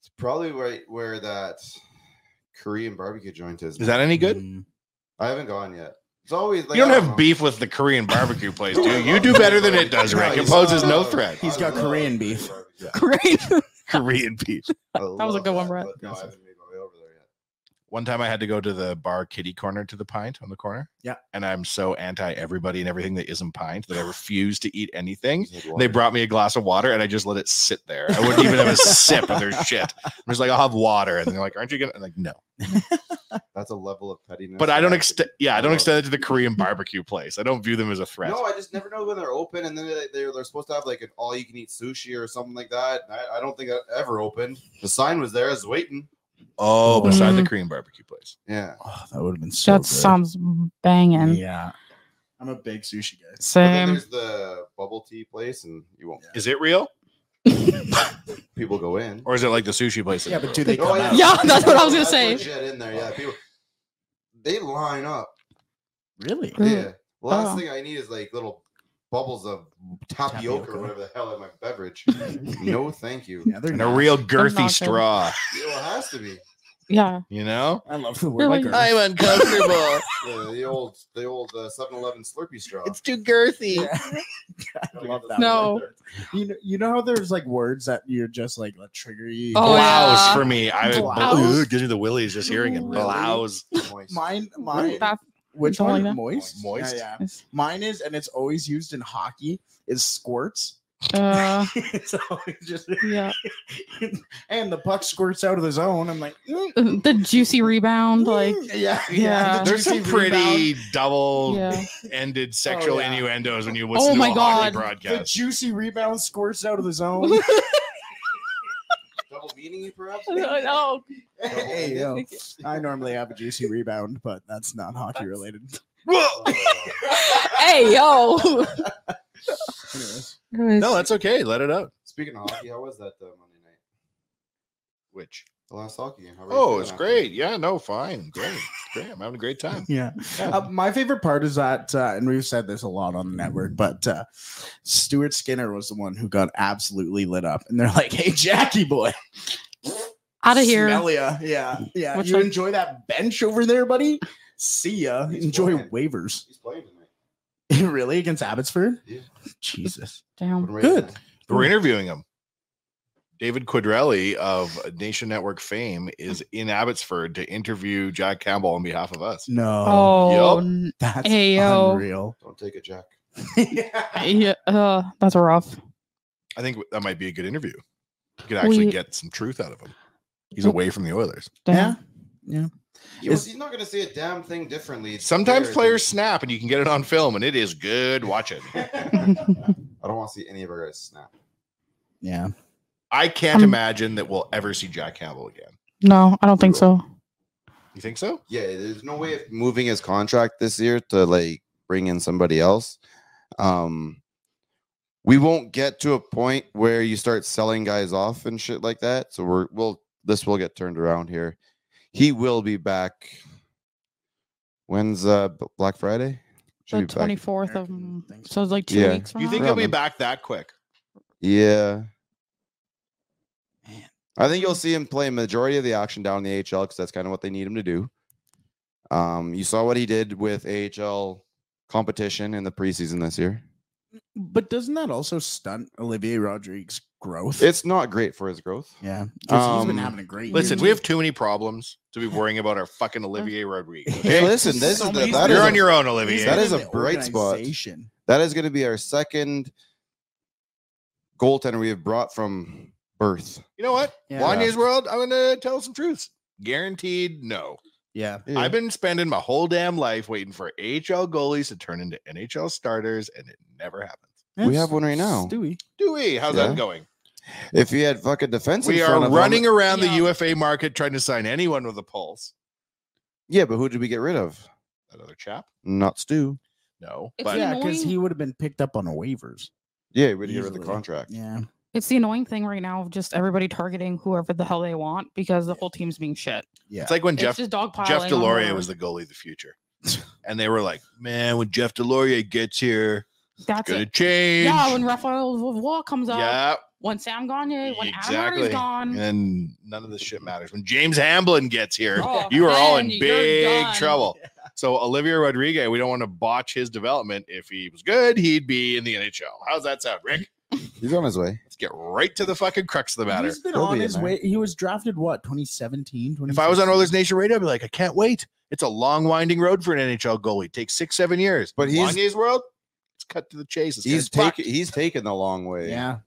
F: it's probably right where that Korean barbecue joint is.
D: Is that any good?
C: Mm.
F: I haven't gone yet. It's always like
D: You don't
F: I know.
D: have beef with the Korean barbecue place, do
F: <laughs>
D: you? You do better than it does,
F: No,
D: Rick.
F: you
D: It poses
F: saw-
D: no threat.
C: He's got
F: I love
C: Korean beef.
F: barbecue.
E: <laughs> Great.
D: Korean beef.
F: I
E: was a
F: love
E: good one,
F: that,
E: Brett.
F: but No, I haven't made my way over there yet.
D: One time I had to go to the bar kitty corner to the pint on the corner.
C: Yeah.
D: And I'm so anti everybody and everything that isn't pint
F: <sighs>
D: that I refuse to eat anything.
F: Just need
D: They
F: water.
D: brought me a glass of water and I just let it sit there. I wouldn't even have a sip of their shit. I'm just like, I'll have water. And they're like, Aren't you gonna? I'm like, no.
F: That's a level of pettiness.
D: But I
F: that
D: don't
F: could-
D: extend yeah, I don't extend it
F: <laughs>
D: to the Korean barbecue place. I don't view them as a threat.
F: No, I just never know when they're open, and then they- they're, they're supposed to have like an all-you-can-eat sushi or something like that. and I, I don't think that ever opened. The sign was there, I was waiting.
D: Oh, beside the
E: Mhm.
D: Korean barbecue place.
F: Yeah,
C: <laughs> Oh, that would have been so
E: that
C: good.
E: sounds banging.
C: Yeah. I'm a big sushi guy.
F: But then
E: Same.
F: there's the bubble tea place, and you won't.
D: Is it real?
F: People go in.
D: Or is it like the sushi place?
C: Yeah,
D: that's
C: but
D: real?
C: do they
F: Oh,
C: come out?
E: Yeah, that's what I was gonna
F: That's
E: say.
F: legit in there, yeah. People, they line up.
C: Really?
E: Really?
F: Yeah. Last
E: Oh.
F: thing I need is like little bubbles of tapioca,
C: Tapioca.
F: or whatever the hell in my
C: <laughs>
F: beverage. no, thank you.
C: Yeah, they're
D: and a
C: not.
D: real
E: not
D: girthy
E: good.
D: straw,
F: Well, it has to be
D: <laughs>
E: Yeah.
D: you know?
C: I love the
E: They're
C: word like
E: like-
C: girth.
D: uncomfortable.
F: the, the old, the old uh, 7-Eleven Slurpee straw.
D: too girthy.
C: Yeah. <laughs> I love that.
E: No.
C: word. You know, you know how there's like words that you're just like like trigger you.
E: Oh,
D: blouse
E: yeah.
D: for me. I would
C: Blouse?
D: Ugh, gives me the willies just hearing it.
E: Really?
D: Blouse.
F: Moist.
C: Mine, mine.
E: That-
C: Which
E: Don't
C: one?
E: like that.
C: Moist.
D: Moist.
C: Yeah, yeah. Mine is, and it's always used in hockey. Is squirts.
E: uh,
C: it's always just,
E: yeah. <laughs>
C: and the puck squirts out of the zone. I'm like, mm,
E: The juicy rebound, like
C: mm, yeah,
E: yeah.
C: the
D: There's some
C: juicy
D: pretty
C: rebound-
E: yeah. <laughs>
D: double-ended sexual
C: yeah.
D: innuendos when you listen
E: Oh
D: to
E: my
D: a hockey
E: God.
C: The
D: broadcast.
C: juicy rebound squirts out of the
E: <laughs>
C: zone.
F: Double meaning, perhaps?
E: oh,
C: hey,
E: <laughs>
C: yo,
E: okay.
C: I normally have a juicy rebound, but that's not hockey related.
E: <laughs>
D: Whoa!
F: Uh,
E: hey yo.
C: Anyways,
D: no, that's okay. Let it out.
F: Speaking of hockey, how was that uh, Monday night?
D: Which?
F: The last hockey game. How were you
D: Oh,
F: feeling
D: it's
F: after?
D: great. Yeah, no, fine. Great. Great. I'm having a great time.
C: yeah. Uh, my favorite part is that, uh, and we've said this a lot on the network, but uh, Stuart Skinner was the one who got absolutely lit up, and they're like, "Hey, Jackie
E: <laughs>
C: boy,
E: out of here.
C: smell ya. yeah, yeah.
E: What's
C: you
E: up?
C: enjoy that bench over there, buddy. See ya.
F: He's
C: enjoy
F: playing.
C: waivers.
F: He's playing
C: <laughs>
F: tonight.
C: really against Abbotsford?
F: Yeah.
C: Jesus.
E: Damn.
F: Been
C: Good.
F: raising it.
D: We're
E: Hmm.
D: interviewing him. David Quadrelli of Nation Network fame is in Abbotsford to interview Jack Campbell on behalf of us.
C: No.
E: Oh,
D: Yup.
E: n-
C: That's
E: Ayo.
C: unreal. <laughs>
F: Don't take it, Jack.
E: yeah, uh, that's rough.
D: I think that might be a good interview. You could actually
E: We-
D: get some truth out of him. He's away from the Oilers.
C: yeah.
E: Damn.
F: He was-
C: Is-
F: he's not going to say a damn thing differently. It's
D: Sometimes
F: clear.
D: players snap and you can get it on film and it is good watching.
F: <laughs> I don't want to see any of our guys snap.
C: Yeah.
D: I can't
E: Um,
D: imagine that we'll ever see Jack Campbell again.
E: <laughs> no, I don't think so.
D: You think so?
F: Yeah, there's no way of moving his contract this year to like bring in somebody else. Um, we won't get to a point where you start selling guys off and shit like that. So we're we'll this will get turned around here. He will be back. When's uh B- Black Friday?
E: The
F: Should be back.
E: twenty fourth of
C: American thing.
E: so it's like two
F: Yeah.
E: weeks. From
D: You
E: now?
D: think he'll be
F: Roman.
D: back that quick?
F: Yeah.
C: Man.
F: I think you'll see him play majority of the action down in the AHL because that's kind of what they need him to do. Um, you saw what he did with AHL competition in the preseason this year.
C: But doesn't that also stunt Olivier Rodriguez's growth?
F: It's not great for his growth.
C: yeah. 'Cause he's been
F: Um,
C: having a great
D: Listen,
C: year. <laughs>
D: we have too many problems to be worrying about our fucking Olivier Rodriguez.
F: Hey,
D: okay?
F: listen, this is the,
C: Somebody's-
F: that is
D: You're
F: a-
D: on your own,
C: He's
D: Olivier.
F: That
C: been
F: is
C: in
F: a
C: the
F: bright spot.
C: organization.
F: that is going to be our second goaltender we have brought from birth.
D: you know what?
C: Yeah.
D: Wanya's world, I'm gonna tell some truths. Guaranteed no.
C: Yeah.
D: I've been spending my whole damn life waiting for HL goalies to turn into NHL starters, and it never happens.
F: We have one right now.
C: Stewie.
D: Dewey, how's
F: Yeah.
D: that going?
F: If you had fucking defense,
D: we
F: in
D: are
F: front of
D: running
F: Them,
D: around
E: Yeah.
D: the UFA market trying to sign anyone with a pulse.
F: yeah, but who did we get rid of?
D: That other chap?
F: Not Stu.
D: No.
E: It's
D: But
E: an
C: Yeah, because
E: annoying-
C: he would have been picked up on waivers.
F: Yeah, we did get rid of the
C: Easily.
F: contract.
C: Yeah.
E: It's the annoying thing right now of just everybody targeting whoever the hell they want because the whole team's being shit.
C: Yeah.
D: it's like when Jeff
E: it's just dogpiling.
D: Jeff
E: on
D: Delorier
E: whoever.
D: was the goalie of the future. and they were like, Man, when Jeff Delorier gets here,
E: That's
D: gonna
E: it.
D: change.
E: Yeah, when Raphael Wall comes up,
D: Yeah,
E: when Sam Gagne, when Adam
D: Exactly.
E: is gone,
D: and none of this shit matters. When James Hamblin gets here,
E: Oh,
D: you are all in
E: then you're
D: big
E: done.
F: <laughs>
D: trouble. So Olivia Rodriguez, we don't want to botch his development. If he was good, he'd be in the NHL. How's that sound, Rick?
F: He's on his way.
D: Let's get right to the fucking crux of the matter.
C: He's been
F: He'll
C: on
F: be in
C: his
F: there.
C: way. He was drafted what 2017.
D: If I was on
C: 2016?
D: Oilers Nation Radio, I'd be like, I can't wait. It's a long, winding road for an NHL goalie. It takes six, seven years.
F: But he's-
D: Gagne's world. It's cut to the chase. This
F: He's
D: guy's
F: taking he's taking the long way.
C: yeah,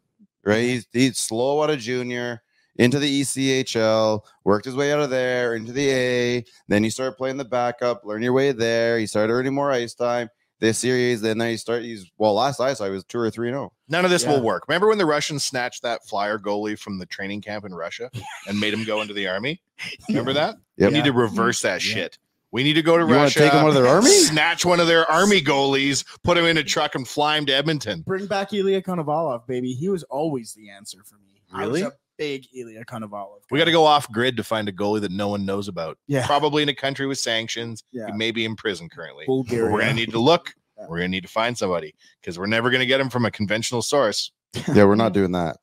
F: Right. He's he's slow out of junior into the E ECHL, worked his way out of there into the A. Then you start playing the backup, learn your way there. You start earning more ice time. This series, then they start. He's well. Last I saw, he was two or three. oh. No,
D: None of this
C: Yeah.
D: will work. Remember when the Russians snatched that flyer goalie from the training camp in Russia and made him go into the
F: <laughs>
D: army? Remember that?
F: Yep.
D: We need to reverse that
C: Yeah.
D: shit. We need to go to
F: you want to
D: Russia.
F: take him out
D: <laughs>
F: of their army?
D: Snatch one of their army goalies, put him in a truck, and fly him to Edmonton.
C: bring back Ilya Konovalov, baby. He was always the answer for me.
D: Really?
C: I was a big Ilya Konovalov.
D: We
C: guy.
D: got to go off grid to find a goalie that no one knows about.
C: Yeah.
D: Probably in a country with sanctions.
C: Yeah.
D: He may be in prison currently.
C: Bulgaria.
D: We're going to need to look.
C: Yeah.
D: We're going to need to find somebody because we're never going to get him from a conventional source.
F: yeah, we're not doing that.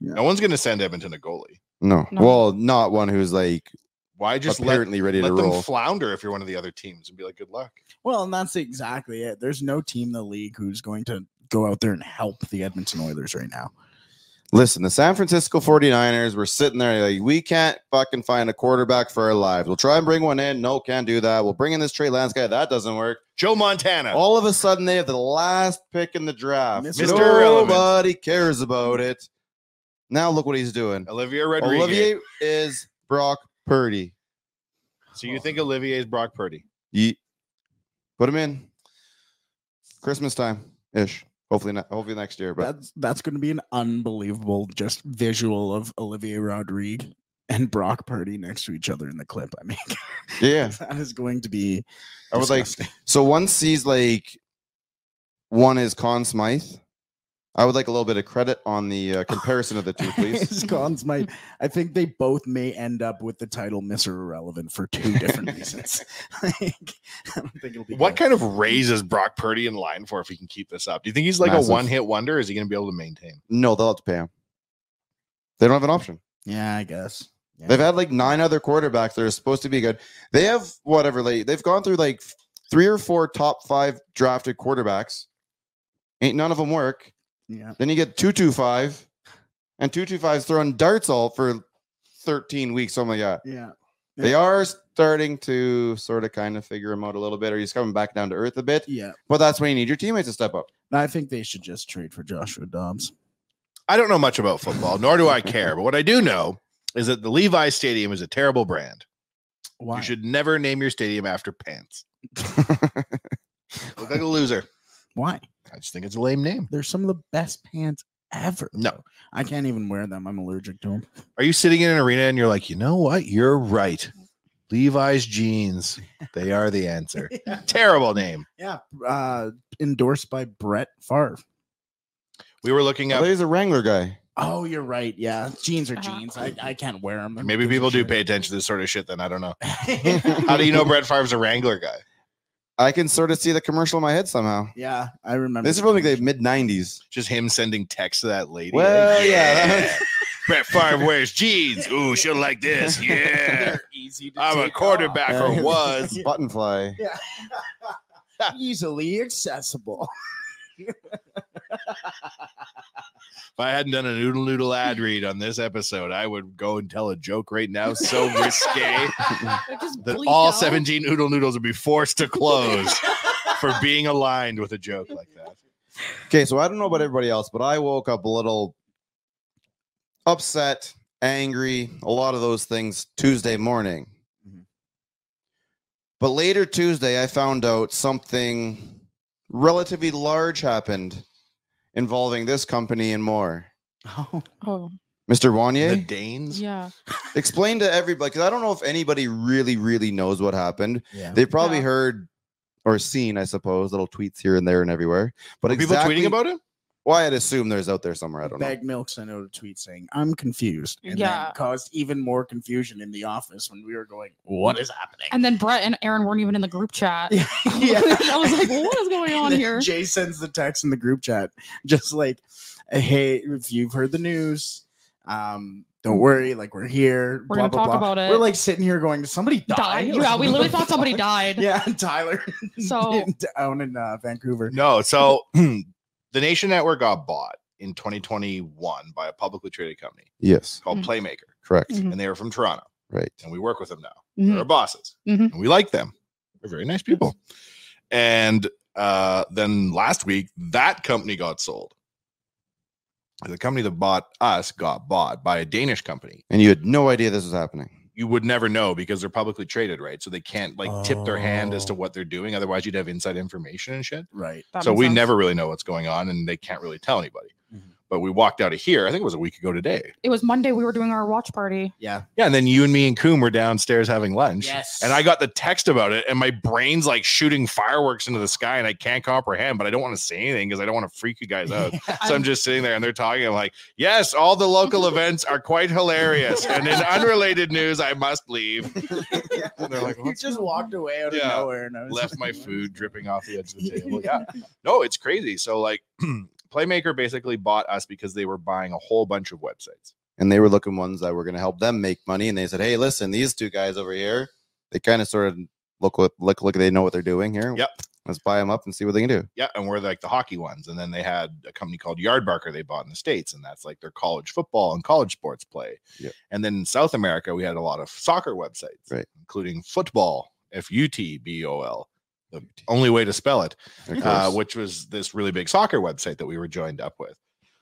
D: No one's going to send Edmonton a goalie.
F: No.
E: No.
F: Well, not one who's like
D: Why just let,
F: apparently ready
D: let
F: to
D: them
F: roll.
D: flounder if you're one of the other teams and be like, good luck?
C: Well, and that's exactly it. There's no team in the league who's going to go out there and help the Edmonton Oilers right now.
F: Listen, the San Francisco 49ers were sitting there like, we can't fucking find a quarterback for our lives. We'll try and bring one in. No, can't do that. We'll bring in this Trey Lance guy. That doesn't work.
D: Joe Montana.
F: All of a sudden, they have the last pick in the draft.
C: Mr.
D: Irrelevant.
F: Nobody cares about it. Now look what he's doing.
D: Olivier Rodriguez.
F: Olivier is Brock Purdy.
D: So you think Olivier is Brock Purdy?
F: Ye- Put him in. Christmas time ish. Hopefully, not, hopefully next year. But
C: that's that's going to be an unbelievable just visual of Olivier Rodrigue and Brock Purdy next to each other in the clip. I mean, <laughs>
F: yeah,
C: that is going to be.
F: I was like,
C: disgusting.
F: So once he's like won his con Smythe, I would like a little bit of credit on the uh, comparison of the two,
C: <laughs>
F: please.
C: His cons might. I think they both may end up with the title Mr. Irrelevant for two
D: <laughs>
C: different reasons. <laughs> like, I don't think it'll be
D: What
C: good.
D: kind of raise is Brock Purdy in line for if he can keep this up? Do you think he's like
F: Massive.
D: a one hit wonder? Is he going to be able to maintain?
F: No, they'll have to pay him. They don't have an option.
C: Yeah, I guess. Yeah.
F: They've had like nine other quarterbacks that are supposed to be good. They have whatever they they've gone through like three or four top five drafted quarterbacks. Ain't none of them work.
C: yeah.
F: Then you get two two five, and two two five's throwing darts all for thirteen weeks. Oh my god.
C: Yeah.
F: They are starting to sort of kind of figure him out a little bit, or he's coming back down to earth a bit.
C: Yeah.
F: But that's when you need your teammates to
D: <laughs>
F: step up.
C: I think they should just trade for Joshua Dobbs.
D: I don't know much about football, nor do I care. But what I do know is that the Levi Stadium is a terrible brand.
C: Why?
D: You should never name your stadium after pants. Look like a loser.
C: Why?
D: I just think it's a lame name.
C: They're some of the best pants ever.
D: No.
C: I can't even wear them. I'm allergic to them.
D: Are you sitting in an arena and you're like, you know what? You're right. Levi's jeans, they are
C: <laughs>
D: the <laughs> answer. Terrible name.
C: Yeah. Uh, endorsed by Brett Favre.
D: We were looking
F: I
D: up
F: thought he's a Wrangler guy.
C: Oh, you're right. Yeah. Jeans are
E: Uh,
C: jeans. I, I can't wear them.
D: Maybe people do pay attention to this sort of shit. Then I don't know. <laughs> How
C: How
D: do you
F: <laughs>
D: know Brett Favre's a Wrangler guy?
F: I can sort of see the commercial in my head somehow.
C: <laughs> Yeah,
D: <laughs>
C: I remember.
F: This is probably the mid '90s.
D: Just him sending text to that lady.
F: Well,
D: like,
F: yeah,
D: Brett Favre wears jeans. Ooh, she'll like this. Yeah.
C: easy to
D: I'm a
C: take
D: quarterback
F: Yeah.
D: or
F: <laughs>
D: was.
F: Buttonfly.
C: off. Yeah. Easily accessible. <laughs>
D: If I hadn't done a noodle noodle ad read on this episode, I would go and tell a joke right now. So risque
E: <laughs> It just
D: that
E: bleeds
D: all
E: out.
D: 17 noodle noodles would be forced to close for being aligned with a joke like that.
F: Okay, so I don't know
D: Mm-hmm.
F: about everybody else, but I woke up a little
D: Mm-hmm.
F: upset, angry, a lot of those things Tuesday morning.
C: Mhm.
F: But later Tuesday, I found out something relatively large happened involving this company and more.
C: Oh,
E: Oh,
F: Mr.
D: The
F: Wanye,
D: Danes.
E: yeah.
F: explain to everybody because I don't know if anybody really, really knows what happened.
C: yeah.
F: They probably
E: Yeah.
F: heard or seen, I suppose, little tweets here and there and everywhere. But
D: Are people
F: exactly-
D: tweeting about it?
F: Well, I'd assume there's out there somewhere. I don't know.
C: Bag Milk sent out a tweet saying, I'm confused. And yeah.
E: Yeah.
C: that caused even more confusion in the office when we were going, What is happening?
E: And then Brett and Aaron weren't even in the group <laughs> chat.
C: Yeah.
E: I was like, what is going
C: And
E: <laughs> on
C: then
E: here?
C: Jay sends the text in the group chat, just like, hey, if you've heard the news, um, don't
F: Hmm.
C: worry, like we're here. blah,
E: We're gonna
C: blah,
E: talk
C: blah.
E: about it.
C: We're like sitting here going, did somebody die? <laughs>
E: died.
C: Like,
E: Yeah, we
C: what
E: literally
C: the
D: <laughs>
E: thought somebody
C: fuck? <laughs>
E: died.
C: Yeah, Tyler. <laughs>
E: So-
C: down in uh, Vancouver.
D: No. So <clears throat> the Nation Network got bought in 2021 by a publicly traded company
F: Yes,
D: called
E: Mhm.
D: Playmaker,
F: correct.
E: Mhm.
D: and they were from Toronto,
F: Right.
D: and we work with them now. They're our
E: Mhm.
D: bosses,
E: Mhm.
D: and we like them. They're very nice people. And uh, then last week, that company got sold. The company that bought us got bought by a Danish company.
F: And you had no idea this was happening.
D: You would never know because they're publicly traded, right? So they can't like tip their hand as to what they're doing. Otherwise, you'd have inside information and shit.
C: Right.
E: Oh. That
D: so
E: makes
D: we
E: sense. Mm-hmm.
D: never really know what's going on, and they can't really tell anybody.
C: Mhm.
D: But we walked out of here. I think it was a week ago today.
E: It was Monday. We were doing our watch party. <laughs>
C: Yeah.
D: Yeah, and then you and me and Coom were downstairs having lunch.
C: Yes.
D: And I got the text about it, and my brain's like shooting fireworks into the sky, and I can't comprehend, but I don't want to say anything because I don't want to freak you
C: <laughs>
D: guys out. So I'm just sitting there and they're talking. I'm like, yes, all the local events are quite hilarious. And in unrelated news, I must leave. And they're like,
C: you just walked away out of
D: Yeah.
C: nowhere and I was
D: left
C: like,
D: my
C: <laughs> "What?"
D: food dripping off
C: <laughs>
D: the edge of the table. Yeah. No, it's crazy. So, like, <clears throat> Playmaker basically bought us because they were buying a whole bunch of websites.
F: And they were looking ones that were going to help them make money. And they said, "Hey, listen, these two guys over here, they kind of sort of look what look like they know what they're doing here.
D: Yep.
F: Let's buy them up and see what they can do.
D: Yeah. And we're like the hockey ones. And then they had a company called Yardbarker they bought in the States. And that's like their college football and college sports play.
F: Yep.
D: And then in South America, we had a lot of soccer websites,
F: Right.
D: including football, F U T B O L, the only way to spell it.
F: Of
D: uh,
F: course.
D: which was this really big soccer website that we were joined up with.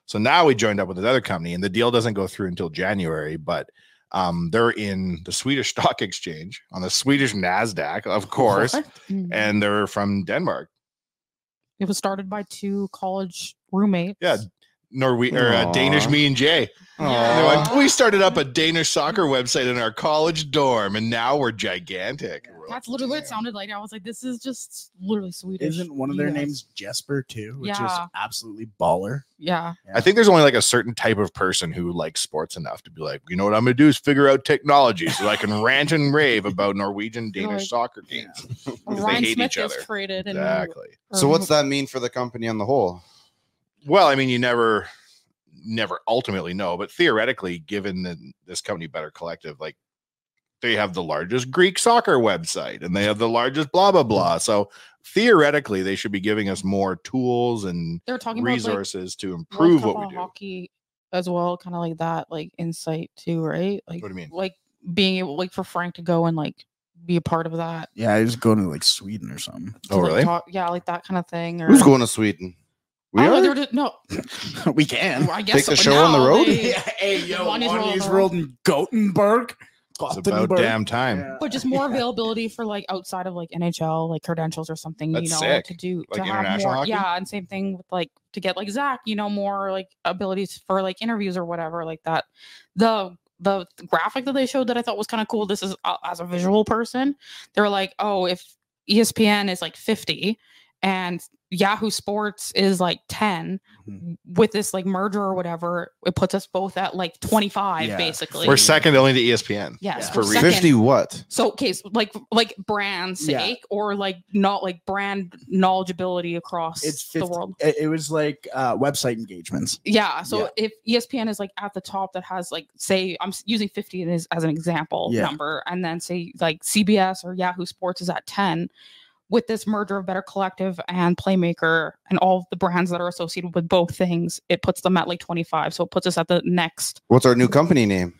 D: So now we joined up with this other company, and the deal doesn't go through until January, but um, they're in the Swedish <laughs> stock exchange on the Swedish NASDAQ, of course,
C: What?
D: and they're from Denmark.
E: Mm-hmm. it was started by two college roommates.
D: Yeah, Norwe- or uh, Danish
F: Aw.
D: me and Jay. And they're
E: Aw.
D: like, we started up a Danish soccer website in our college dorm, and now we're gigantic. We're like,
E: That's literally what it
D: "Damn."
E: sounded like. I was like, this is just literally Swedish.
C: Isn't one of
E: you
C: their
E: guys."
C: names Jesper too, which
E: Yeah.
C: is absolutely baller.
E: Yeah.
D: I think there's only like a certain type of person who likes sports enough to be like, you know what I'm gonna do is figure out technology so I can rant and rave about Norwegian Danish
E: Like-
D: soccer games. Because they
E: Ryan
D: hate
E: Smith
D: each
E: is
D: other.
E: traded. And
D: Exactly.
F: so
E: Um,
F: what's that mean for the company on the whole?
D: Well, I mean, you never never ultimately know, but theoretically, given that this company Better Collective, like they have the largest Greek soccer website and they have the largest blah blah blah. So theoretically, they should be giving us more tools and
E: They're talking about
D: resources to
E: like,
D: improve
E: World
D: what
E: Cup
D: we
E: of
D: do.
E: Hockey as well, kind of like that, like insight too, right? Like,
D: What do you mean?
E: Like being able, like for Frank to go and like be a part of that.
C: Yeah, I was going to like Sweden or something. <laughs>
E: to,
D: Oh,
E: like,
D: really?
E: talk- yeah, like that kind of thing. Or,
F: Who's going to Sweden? We
E: I don't know,
F: are?
E: they were just- no,
C: we can. <laughs>
E: I guess
F: Take the
E: so-
F: show on the
E: no,
F: road?
E: they-
C: hey, yo,
E: One is
C: one
E: rolled
C: is
E: around.
C: rolled in Gothenburg.
D: It's about damn time.
C: Yeah.
E: but just more availability for like outside of like NHL, like credentials or something,
D: That's
E: you know,
D: sick.
E: to do
D: Like
E: to have
D: international
E: more.
D: hockey?
E: Yeah, and same thing with like to get like Zach, you know, more like abilities for like interviews or whatever, like that. The the graphic that they showed that I thought was kind of cool. This is uh, as a visual person, they were like, oh, if ESPN is like fifty and Yahoo Sports is like ten,
C: Mhm.
E: with this like merger or whatever, it puts us both at like twenty five,
C: Yeah.
E: basically.
D: We're second only to E ESPN.
E: Yes,
C: Yeah.
E: we're
D: For re-
E: second.
F: Fifty what?
E: So, okay, so like like brand
C: Yeah.
E: sake, or like not like brand knowledgeability across
C: It's
E: the
C: 50
E: world.
C: It, it was like uh, website engagements.
E: Yeah. So if E ESPN is like at the top, that has like say I'm s- using 50 as, as an example
C: Yeah.
E: number, and then say like CBS or Yahoo Sports is at 10. With this merger of Better Collective and Playmaker and all of the brands that are associated with both things, it puts them at like 25. So it puts us at the next.
F: What's our new company name?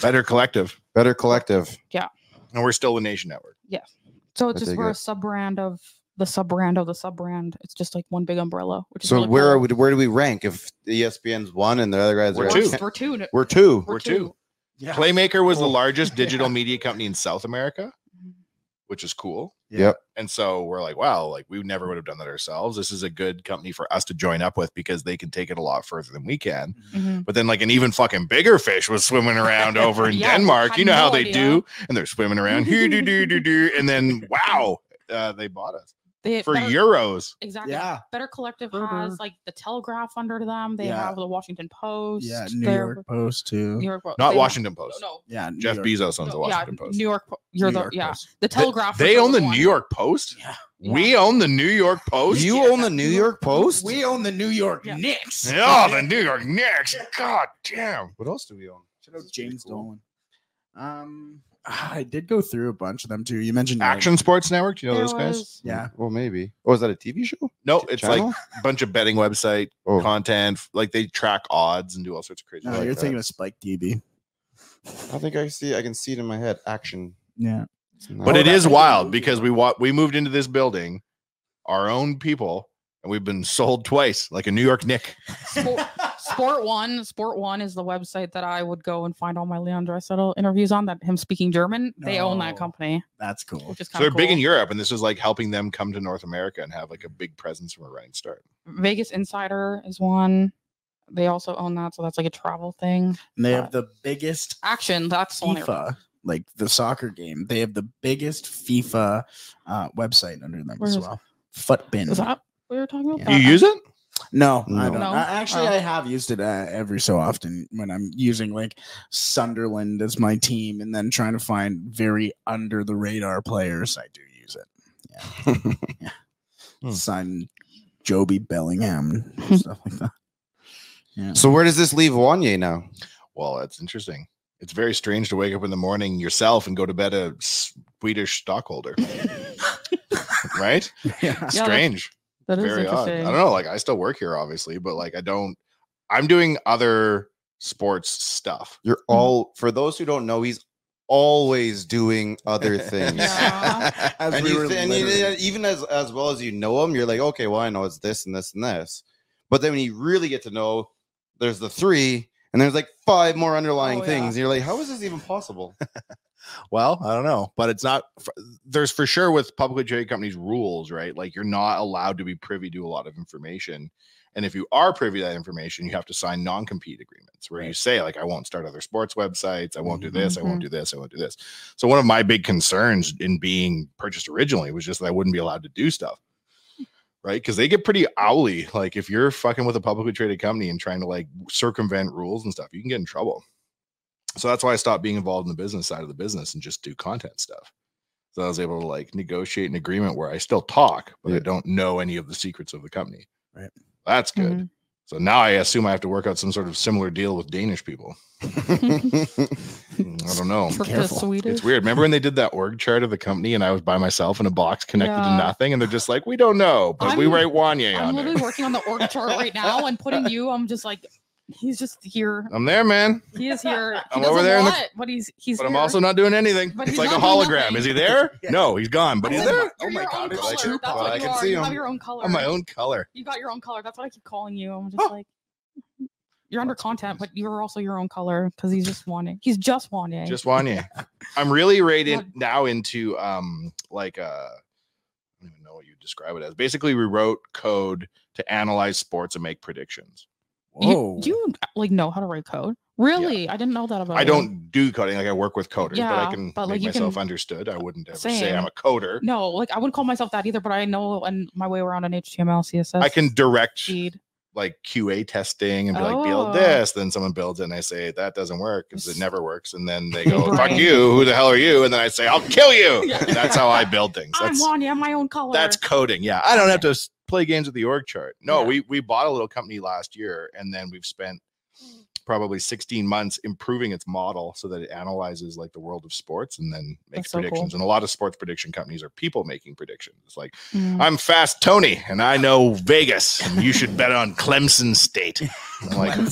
D: Better Collective.
F: Better Collective.
D: And we're still the Nation Network.
E: So it's
F: That's
E: just
F: pretty
E: we're a
F: good.
E: sub brand of the sub brand of the sub brand. It's just like one big umbrella. Which is
F: So
E: really
F: where
E: cool.
F: are we, where do we rank if E ESPN's one and the other guys
D: We're
F: are
E: We're
F: at
D: two.
E: two.
F: ten?
E: We're two. n-
F: We're two.
E: We're
D: We're two.
E: two.
C: Yeah.
D: Playmaker was the
E: <laughs>
C: Cool.
D: largest digital media company in South America. which is cool.
F: Yep.
D: And so we're like, wow, like we never would have done that ourselves. This is a good company for us to join up with because they can take it a lot further than we can.
E: Mhm.
D: But then, like, an even fucking bigger fish was swimming around over in
E: <laughs> Yeah, we
D: Denmark. You
E: had
D: know how
E: no
D: they
E: idea.
D: do. And they're swimming around here, do, do, do, do. And then, wow, uh, they bought us
E: They-
D: for
E: Better-
D: euros.
E: Exactly.
C: Yeah.
E: Better Collective
C: Mhm.
E: has like the Telegraph under them. They
C: Yeah.
E: have the Washington Post.
C: Yeah. New
E: their-
C: York Post too.
E: New York. Post.
D: Not
E: They-
D: Washington Post.
E: No.
C: yeah. New
D: Jeff
C: York-
D: Bezos owns the
E: no, yeah.
D: Washington Post.
E: New York. Po- You're
C: New
E: the
C: York
E: yeah.
C: Post.
E: The
D: Th-
E: Telegraph.
D: They
E: was
D: own the
E: one.
D: New York Post.
C: Yeah.
D: We own the New York Post.
F: You own the New York Post?
C: We own the New York
E: Yeah.
C: Knicks.
D: Oh,
E: <laughs>
D: the New York Knicks. God damn. What else do we own?
C: Shout out James Dolan. Um, <sighs> I did go through a bunch of them too. You mentioned Yellow-
D: Action Sports Network. Do you know
E: There
D: those guys?
E: was-
C: Yeah.
F: Well, maybe. Oh, is that a TV show?
D: No,
F: Ch-
D: Oh, it's
F: channel?
D: like a bunch of betting website
F: Oh.
D: content. f- Like they track odds and do all sorts of
E: Oh,
D: crazy.
C: No,
D: shit.
C: you're
F: that.
C: thinking of Spike DB.
F: I think I see. I can see it in my head. Action.
C: Yeah.
F: It's not-
D: But
C: Oh,
D: it
C: that
D: is
C: might be
D: wild
C: movie.
D: because we wa- we moved into this building, our own people, and we've been sold twice, like a New York Nick.
C: <laughs>
E: Sport, Sport One. Sport One is the website that I would go and find all my Leon Dreisettle interviews on. That him speaking German. They own
C: No.
E: that company,
C: That's cool.
E: which is
D: So
E: kind
D: they're
E: of
D: big in Europe, and this is like helping them come to North America and have like a big presence from a running start.
E: Vegas Insider is one. They also own that, so that's like a travel thing.
C: And they have
E: Uh,
C: the biggest
E: Action. That's the one. I-
C: FIFA, like the soccer game. They have the biggest FIFA uh, website under them
E: Where
C: as
E: is
C: well. Footbin.
E: Is that what we were talking about?
C: Yeah.
D: You use it?
C: No, I
F: No.
C: don't.
E: No?
C: I- actually,
E: Oh.
C: I have used it uh, every so often when I'm using like Sunderland as my team and then trying to find very under the radar players. I do use it. Yeah.
F: <laughs>
C: yeah.
D: Hmm.
C: Sign Joby Bellingham and stuff like that.
F: So where does this leave Wanye now?
D: Well, that's interesting. It's very strange to wake up in the morning yourself and go to bed a Swedish
E: <laughs>
D: stockholder, right?
C: <laughs> Yeah.
E: Yeah, that's
D: strange.
E: That is
D: very odd. I
E: interesting.
D: don't know. Like I still work here, obviously, but like I don't. I'm doing other sports stuff.
F: You're all for those who don't know, he's always doing <laughs> other
D: <laughs>
F: things.
E: Yeah.
C: As
F: and
C: we
F: you
C: were
F: th- and you-
C: literally-
F: even as as well as you know him, you're like, okay, well, I know it's this and this and this. But then when you really get to know, there's the three, and there's like five more underlying
E: Oh, yeah.
F: things. And you're like, how is this even <laughs> possible?
D: Well, I don't know, but it's not. f- There's for sure with publicly traded companies rules, right? Like you're not allowed to be privy to a lot of information, and if you are privy to that information, you have to sign non-compete agreements where you say like, I won't start other sports websites, I won't do this, I won't do this, I won't do this. So one of my big concerns in being purchased originally was just that I wouldn't be allowed to do stuff. Right, because they get pretty owly. Like if you're fucking with a publicly traded company and trying to like circumvent rules and stuff, you can get in trouble. So that's why I stopped being involved in the business side of the business and just do content stuff. So I was able to like negotiate an agreement where I still talk, but I
F: Yeah.
D: don't know any of the secrets of the company.
C: Right.
D: That's good.
E: Mhm.
D: So now I assume I have to work out some sort of similar deal with Danish people. Hmm, I don't
E: <laughs>
D: know.
E: Trick to
C: Careful.
E: Swedish.
D: It's weird. Remember when they did that org chart of the company and I was by myself in a box connected to
E: Yeah.
D: nothing? And they're just like, we don't know, but we
E: I'm-
D: write Wanye
E: I'm
D: on
E: literally
D: it.
E: working on the org
D: <laughs>
E: chart right now and putting you. I'm just like, he's just here.
D: I'm there, man,
E: He is here. He
D: I'm
E: does
D: over
E: a
D: there in the-
E: lot, but he's he's.
D: but I'm
E: here.
D: also not doing anything.
E: But
D: it's
E: he's
D: like a
E: not doing
D: hologram.
E: nothing.
D: Is he there?
C: Yeah.
D: No, he's gone, but
E: But
D: he's
E: he's
D: there.
E: Oh my god! It's
D: like
E: color. That's
D: Tupac.
E: what
D: I
E: you
D: can
E: are.
F: see
E: you have
F: him.
E: your own color.
D: I'm my own color.
E: You got your own color. That's what I keep calling you. I'm just like, you're under
D: That's
E: content,
D: nice.
E: but you're also your own color because he's just wanting. He's just wanting.
D: Just Wanye.
E: <laughs>
D: I'm really rated
E: One.
D: now into um like uh I don't even know what you describe it as. Basically, we wrote code to analyze sports and make predictions. Oh.
E: you, you like know how to write code. Really, I didn't know that about.
D: I
E: you.
D: don't do coding, like I work with coders, but I
E: Yeah,
D: can
E: but, like,
D: make
E: you
D: myself
E: can-
D: understood. I wouldn't ever say
E: Same.
D: I'm a coder.
E: No, like I wouldn't call myself that either, but I know and my way around on HTML, CSS.
D: I can direct
E: feed.
D: like QA testing and be like,
E: Oh.
D: build this. Then someone builds it and I say, that doesn't work because it never works. And then
E: <laughs>
D: they go, fuck
E: Right.
D: you. Who the hell are you? And then I say, I'll kill
E: <laughs>
D: you. That's how I build things. <laughs>
E: I'm
D: That's,
E: Wanya. I'm my own color.
D: That's coding. Yeah. I don't have to s- play games with the org chart. No,
E: Yeah.
D: we we bought a little company last year and then we've spent probably 16 months improving its model so that it analyzes like the world of sports and then makes
E: That's so cool.
D: predictions. And a lot of sports prediction companies are people making predictions. It's like,
E: Mm.
D: I'm fast Tony and I know Vegas and you should bet on Clemson State. I'm like,
F: <laughs>
D: who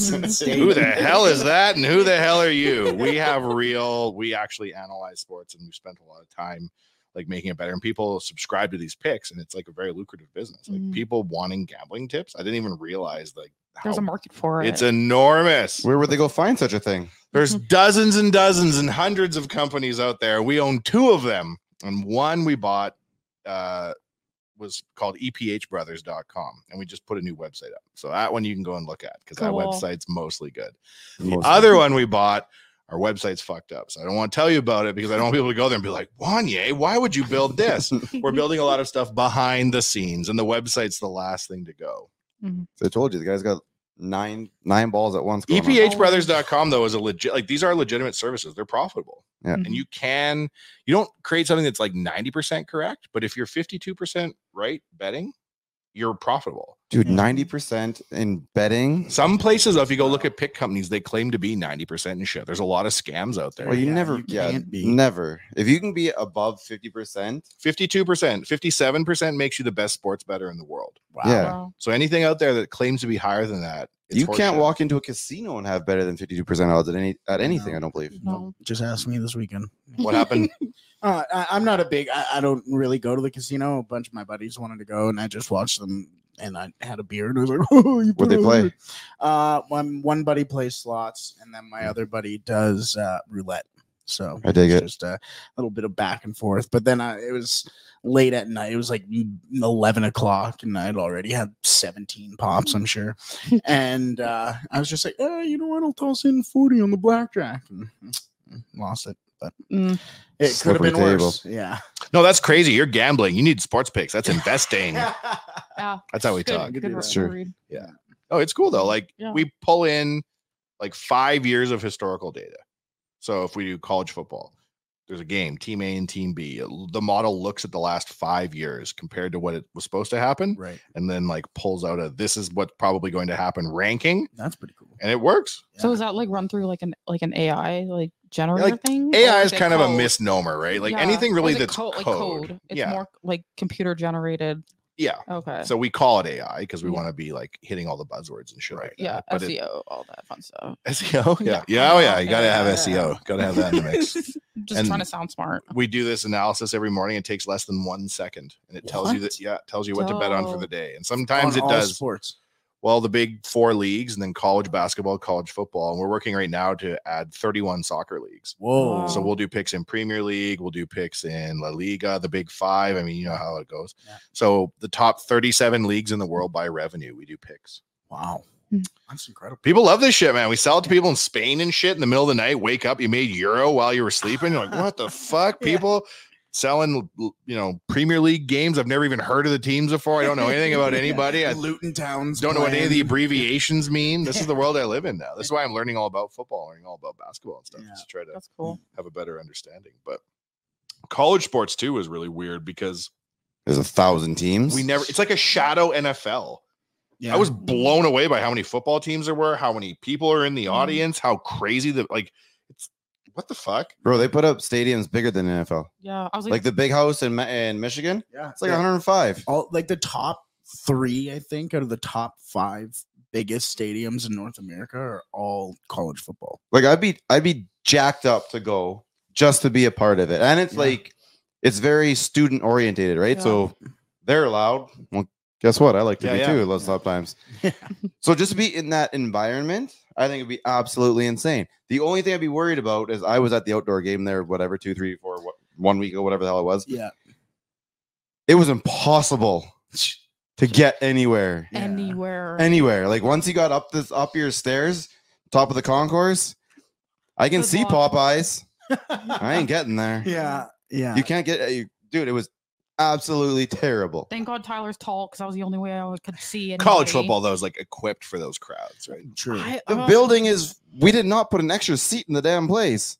D: the hell is that and who the hell are you we have real we actually analyze sports and we spent a lot of time like making it better and people subscribe to these picks and it's like a very lucrative business like
E: Mm.
D: people wanting gambling tips i didn't even realize like
E: There's
D: how
E: a market for it.
D: it's enormous
F: Where would they go find such a thing?
E: <laughs>
D: there's dozens and dozens and hundreds of companies out there we own two of them and one we bought uh, was called E ephbrothers.com, and we just put a new website up. So that one you can go and look at because
E: Cool.
D: that website's mostly good. The
F: Most-
D: other one we bought, our website's fucked up, so I don't want to tell you about it because I don't want people to go there and be like, Wanye, why would you build this?
E: <laughs>
D: We're building a lot of stuff behind the scenes, and the website's the last thing to go.
F: I told you the guy's got nine nine balls at once.
D: E
F: going on.
D: Oh. EPHbrothers.com though is a legit like these are legitimate services. They're profitable.
F: Yeah.
D: And you can you don't create something that's like 90% correct, but if you're 52% right betting, you're profitable.
F: dude, ninety percent in betting.
D: Some places, though, if you go look at pick companies, they claim to be 90% and shit. There's a lot of scams out there.
F: Well, you
C: Yeah,
F: never,
C: you
F: yeah,
C: can't
D: E.
C: be.
F: never. If you can be above fifty percent,
D: 52%, 57% makes you the best sports better in the world.
C: Wow.
F: Yeah.
E: Wow.
D: So anything out there that claims to be higher than that, it's
F: you can't
D: horseshit.
F: walk into a casino and have better than fifty-two percent odds at any at anything.
C: No.
F: I don't believe.
E: No.
C: Just ask me this weekend.
D: <laughs> What happened?
C: Uh, I, I'm not a big. I, I don't really go to the casino. A bunch of my buddies wanted to go, and I just watched them. And I had a beer, and I was like, <laughs> "Oh, you
F: What they
C: put
F: play?
C: on-" Uh, one one buddy plays slots, and then my other buddy does uh, roulette. So
F: I dig
C: it's
F: it.
C: Just a little bit of back and forth, but then I, it was late at night. It was like eleven o'clock, and I'd already had seventeen pops, I'm
F: <laughs>
C: sure. and uh, I was just like, oh, you know what? I'll toss in forty on the blackjack, and <laughs> lost it. But
E: Mm.
C: it could have
F: Slippery
C: been
F: table.
C: worse. Yeah.
D: no, that's crazy. You're gambling. You need sports picks. That's investing.
E: Yeah.
D: That's how we
E: Good-
D: talk.
E: good
C: That's
E: re-
F: true.
E: read.
D: Oh, it's cool though. Like
E: Yeah.
D: we pull in like five years of historical data. So if we do college football, there's a game, team A and team B. The model looks at the last five years compared to what it was supposed to happen,
C: <laughs> right.
D: and then like pulls out a this is what's probably going to happen ranking,
C: That's pretty cool.
D: and it works.
E: So is that like run through like an like an AI like generator
D: like,
E: thing?
D: AI
E: Or
D: is
E: it
D: kind of a
E: code?
D: misnomer, right? Like
E: Yeah.
D: anything
E: Or
D: really
E: is it
D: that's
E: co-
D: code.
E: like code. It's
D: yeah,
E: more like computer generated.
D: yeah.
E: Okay.
D: So we call it AI because we
E: Yeah.
D: want to be like hitting all the buzzwords and shit. Right. Like
E: yeah,
D: that. But it-
E: SEO, all that fun stuff.
D: SEO. Yeah.
E: <laughs> Yeah.
D: Yeah. Oh yeah. You gotta have
E: Yeah.
D: SEO. Gotta have that in the mix.
E: <laughs> Just
D: And-
E: trying to sound smart.
D: we do this analysis every morning. It takes less than one second, and it tells you that yeah, it tells you what to bet on for
E: Dope.
D: the day. And sometimes
C: On
D: it
C: all
D: does.
C: sports.
D: Well, the big four leagues, and then college basketball, college football, and we're working right now to add 31 soccer leagues.
C: Whoa.
E: Wow.
D: So we'll do picks in Premier League, we'll do picks in La Liga, the Big Five. I mean, you know how it goes.
C: Yeah.
D: So the top 37 leagues in the world by revenue, we do picks.
C: Wow.
F: Mm.
E: Hmm.
C: That's incredible.
D: People love this shit, man. We sell it to people in Spain and shit in the middle of the night. Wake up, you made euro while you were sleeping. You're like,
C: <laughs>
D: what the fuck?
C: Yeah.
D: People selling, you know, Premier League games. I've never even heard of the teams before. I don't know anything
C: <laughs>
D: about
C: Yeah.
D: anybody. I
C: Luton Towns.
D: don't know what any of the
C: playing.
D: abbreviations mean. This is the world I live in now.
C: <laughs>
D: This is why I'm learning all about football, learning all about basketball and stuff
C: Yeah.
D: just to try to
E: That's cool.
D: have a better understanding. But college sports too is really weird because
F: There's a thousand teams.
D: we never. It's like a shadow NFL.
C: Yeah.
D: I was blown away by how many football teams there were, how many people are in the
E: Mhm.
D: audience, how crazy the like it's what the fuck?
F: bro. They put up stadiums bigger than NFL,
E: Yeah, I was like,
F: like the big house in Ma- in Michigan.
C: Yeah.
F: It's like
C: Yeah.
F: 105.
C: all like the top three, I think, out of the top five biggest stadiums in North America are all college football.
F: Like I'd be I'd be jacked up to go just to be a part of it, and it's
C: Yeah.
F: like it's very student orientated, right?
E: Yeah.
F: So they're allowed. Well, guess what? I like to
D: Yeah,
F: be
D: yeah.
F: too. Lots of times. So just to be in that environment, I think it'd be absolutely insane. The only thing I'd be worried about is I was at the outdoor game there, whatever, two, three, four, what, one week ago, whatever the hell it was.
C: Yeah.
F: It was impossible to get anywhere,
C: Yeah.
E: anywhere.
F: anywhere. Like once you got up this up your stairs, top of the concourse, I can
E: Good
F: see
E: luck.
F: Popeyes. I ain't getting there.
C: <laughs> Yeah. Yeah.
F: You can't get, you, dude. It was absolutely terrible.
E: Thank God Tyler's tall because that was the only way I would- could see.
D: College
E: anybody.
D: football though is like equipped for those crowds, right?
C: True.
E: I-
F: The
E: uh,
F: building is. We did not put an extra seat in the damn place.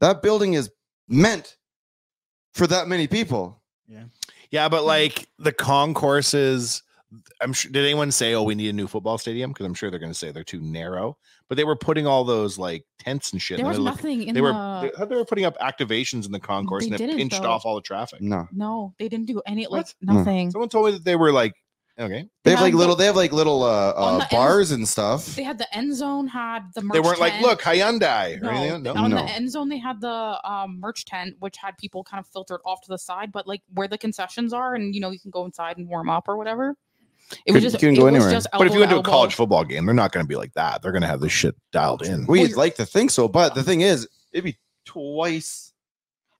F: That building is meant for that many people.
D: Yeah, but like the concourses I'm sure did anyone say, Oh, we need a new football stadium? Because I'm sure they're gonna say they're too narrow. But they were putting all those like tents and shit. in
E: There
D: the
E: was
D: middle of-
E: nothing in
D: they were
E: the.
D: they, they were putting up activations in the concourse
E: They
D: and it
E: didn't,
D: pinched
E: though. Mm-hmm.
D: off all the traffic.
F: No,
E: No, they didn't do any like
F: No.
D: Hmm.
E: nothing.
D: Someone told me that they were like okay.
F: they have
E: had
F: like
E: the-
F: little. They have like little uh,
E: On the
F: uh
E: end-
F: bars and stuff.
E: They had the end zone had the. Merch
D: they weren't like,
E: tent.
D: look, Hyundai or anything.
E: th-
D: No.
E: on
F: No.
E: the end zone they had the um, merch tent, which had people kind of filtered off to the side, but like where the concessions are, and you know you can go inside and warm up or whatever. It
F: Couldn't-
E: was just,
F: couldn't
E: it
F: go
E: was
F: anywhere.
E: just
D: But if you
E: elbow
D: went to a
E: elbow.
D: college football game, they're not going to be like that. They're going to have this shit dialed in.
F: We'd
E: Oh, you're-
F: like to think so, but the thing is, it'd be twice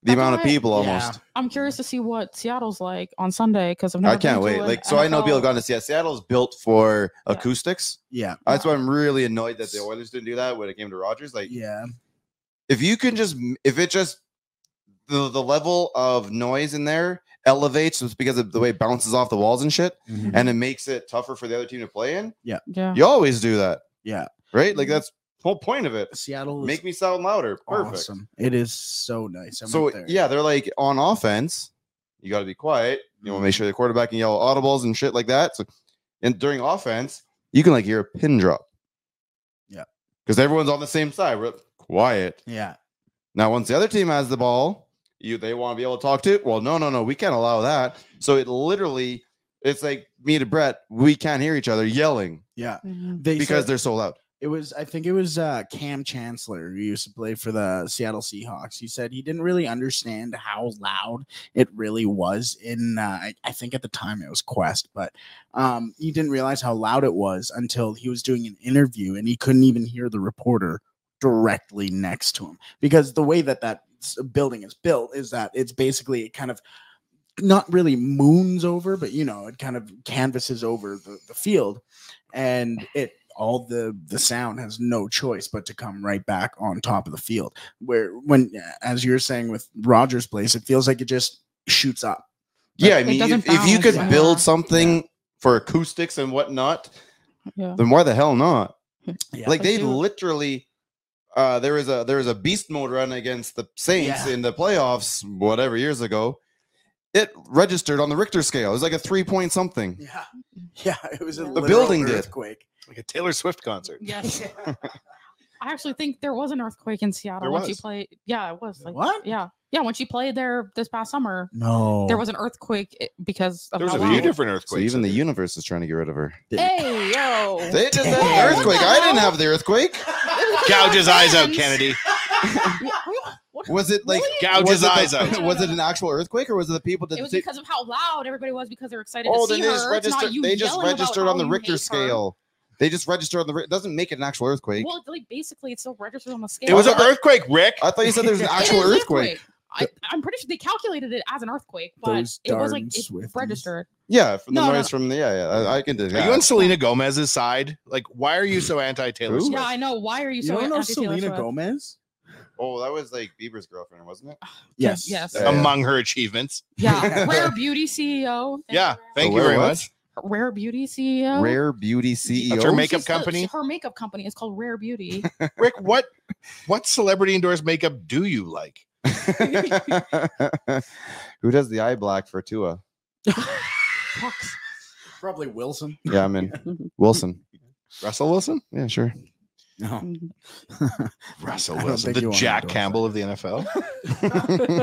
F: the amount of
E: That's why-
F: people
C: Yeah.
F: almost.
E: I'm curious to see what Seattle's like on Sunday because I've never.
F: I can't
E: been to
F: wait.
E: an
F: Like, so I know
E: NFL
F: people have gone to Seattle. Seattle's built for
E: Yeah.
F: acoustics.
C: Yeah.
F: That's why I'm really annoyed that the Oilers didn't do that when it came to Rogers. Like,
C: Yeah.
F: if you can just, m- if it just, the, the level of noise in there elevates just because of the way it bounces off the walls and shit,
D: Mm-hmm.
F: and it makes it tougher for the other team to play in.
E: Yeah.
F: You always do that,
C: Yeah. Mm-hmm.
F: right? Like, that's the whole point of it.
C: Seattle is
F: Make me sound louder. Perfect.
C: awesome. It is so nice. I'm
F: So
C: up there.
F: yeah, they're like on offense, you got to be quiet. You want to make
C: Mm-hmm.
F: sure the quarterback can yell audibles and shit like that. So, and during offense, you can like hear a pin drop.
C: Yeah.
F: because everyone's on the same side. We're quiet
C: Yeah.
F: now. Once the other team has the ball, you they want to be able to talk to. Well, no, no, no, we can't allow that. So it literally, it's like me to Brett, we can't hear each other yelling
C: Yeah.
E: Mhm.
C: They
F: because
C: said-
F: they're so loud.
C: it was I think it was uh, Cam Chancellor who used to play for the Seattle Seahawks. He said he didn't really understand how loud it really was in uh, I, I think at the time it was Quest, but um, he didn't realize how loud it was until he was doing an interview and he couldn't even hear the reporter directly next to him because the way that that s- building is built is that it's basically it kind of not really moons over but you know it kind of canvases over the, the field and it all the the sound has no choice but to come right back on top of the field where when as you're saying with Rogers place it feels like it just shoots up
F: Yeah, I
E: It
F: mean,
E: doesn't
F: if, if you
E: bounce,
F: could
E: yeah.
F: build something for acoustics and whatnot,
E: Yeah.
F: then why the hell not?
C: Yeah.
F: Like
E: I
F: they
E: do-
F: literally, uh, there was a there was a beast mode run against the Saints
C: Yeah.
F: in the playoffs, whatever years ago. It registered on the Richter scale. It was like a three point something.
C: yeah <laughs> yeah it was a
E: The
C: literal
F: building did.
C: earthquake
D: like a Taylor Swift concert.
F: <laughs>
E: Yes. I actually think there was an earthquake in Seattle
F: There
E: when she
F: was.
E: played. Yeah, it was. Like,
C: What?
E: Yeah. Yeah, when she played there this past summer,
C: no
E: there was an earthquake i- because of
D: There was
E: how
D: a
E: loud
D: few
E: it was.
D: different
F: So
D: earthquakes.
F: even
D: <laughs>
F: the
D: in there.
F: universe is trying to get rid of her.
E: Hey yo.
F: They just had
E: Hey,
F: the
E: what the
F: earthquake. I didn't
E: hell?
F: have the earthquake.
D: gouge his eyes out,
E: Friends. <laughs>
D: Kennedy.
E: What-
F: Was it like
D: Gouge
F: was
D: his
F: it the-
D: eyes
E: <laughs>
D: out.
F: <laughs> Was it an actual earthquake or was it the people that
E: It was
F: did-
E: because of how loud everybody was because they were excited
F: Oh,
E: to
F: then
E: see
F: they just
E: her. It's not
F: registered.
E: you
F: They just
E: yelling about
F: registered on
E: how
F: the
E: you hate
F: Richter
E: her.
F: scale. They just registered on the. Ri- Doesn't make it an actual earthquake.
E: Well, like basically, it's still registered on the scale.
D: It was an
E: but-
D: earthquake, Rick.
F: I thought you said there was an
E: <laughs> It
F: actual
E: is an
F: earthquake.
E: I, I'm pretty sure they calculated it as an earthquake, but
C: Those
E: it was like
C: darn
E: it's
C: Swifties.
E: registered.
F: Yeah, from the
E: No, no,
F: noise from the yeah, yeah. I, I can do that.
D: Are you on Selena Gomez's side? Like, why are you so anti Taylor
F: Who?
D: Swift?
E: Yeah, I know. Why are you,
C: you
E: so
C: don't know
E: anti-Taylor
C: Selena
E: Swift?
C: Gomez
F: Oh, that was like Bieber's girlfriend, wasn't it?
C: yes
E: yes.
F: Yeah.
D: Among her achievements. <laughs>
E: Yeah, Rare Beauty CEO. Thank
D: yeah.
E: you, Rare.
D: Thank
F: Oh,
D: you
F: where
D: very
F: what?
D: much.
E: Rare Beauty CEO.
F: Rare Beauty CEO.
D: That's her makeup
E: She's the-
D: company?
E: her makeup company is called
D: <laughs>
E: Rare Beauty.
D: Rick, what what celebrity endorsed makeup do you like?
F: E <laughs> Who does the eye black for Tua?
E: Fucks.
C: probably Wilson
F: Yeah,
E: <laughs>
F: I'm in. Wilson. Oh,
D: Russell Wilson?
F: Yeah, sure.
C: no
E: Mm-hmm.
D: Russell
C: I don't
D: Wilson,
C: think you
D: the
C: wanna
D: Jack
C: endorse
D: Campbell of the NFL.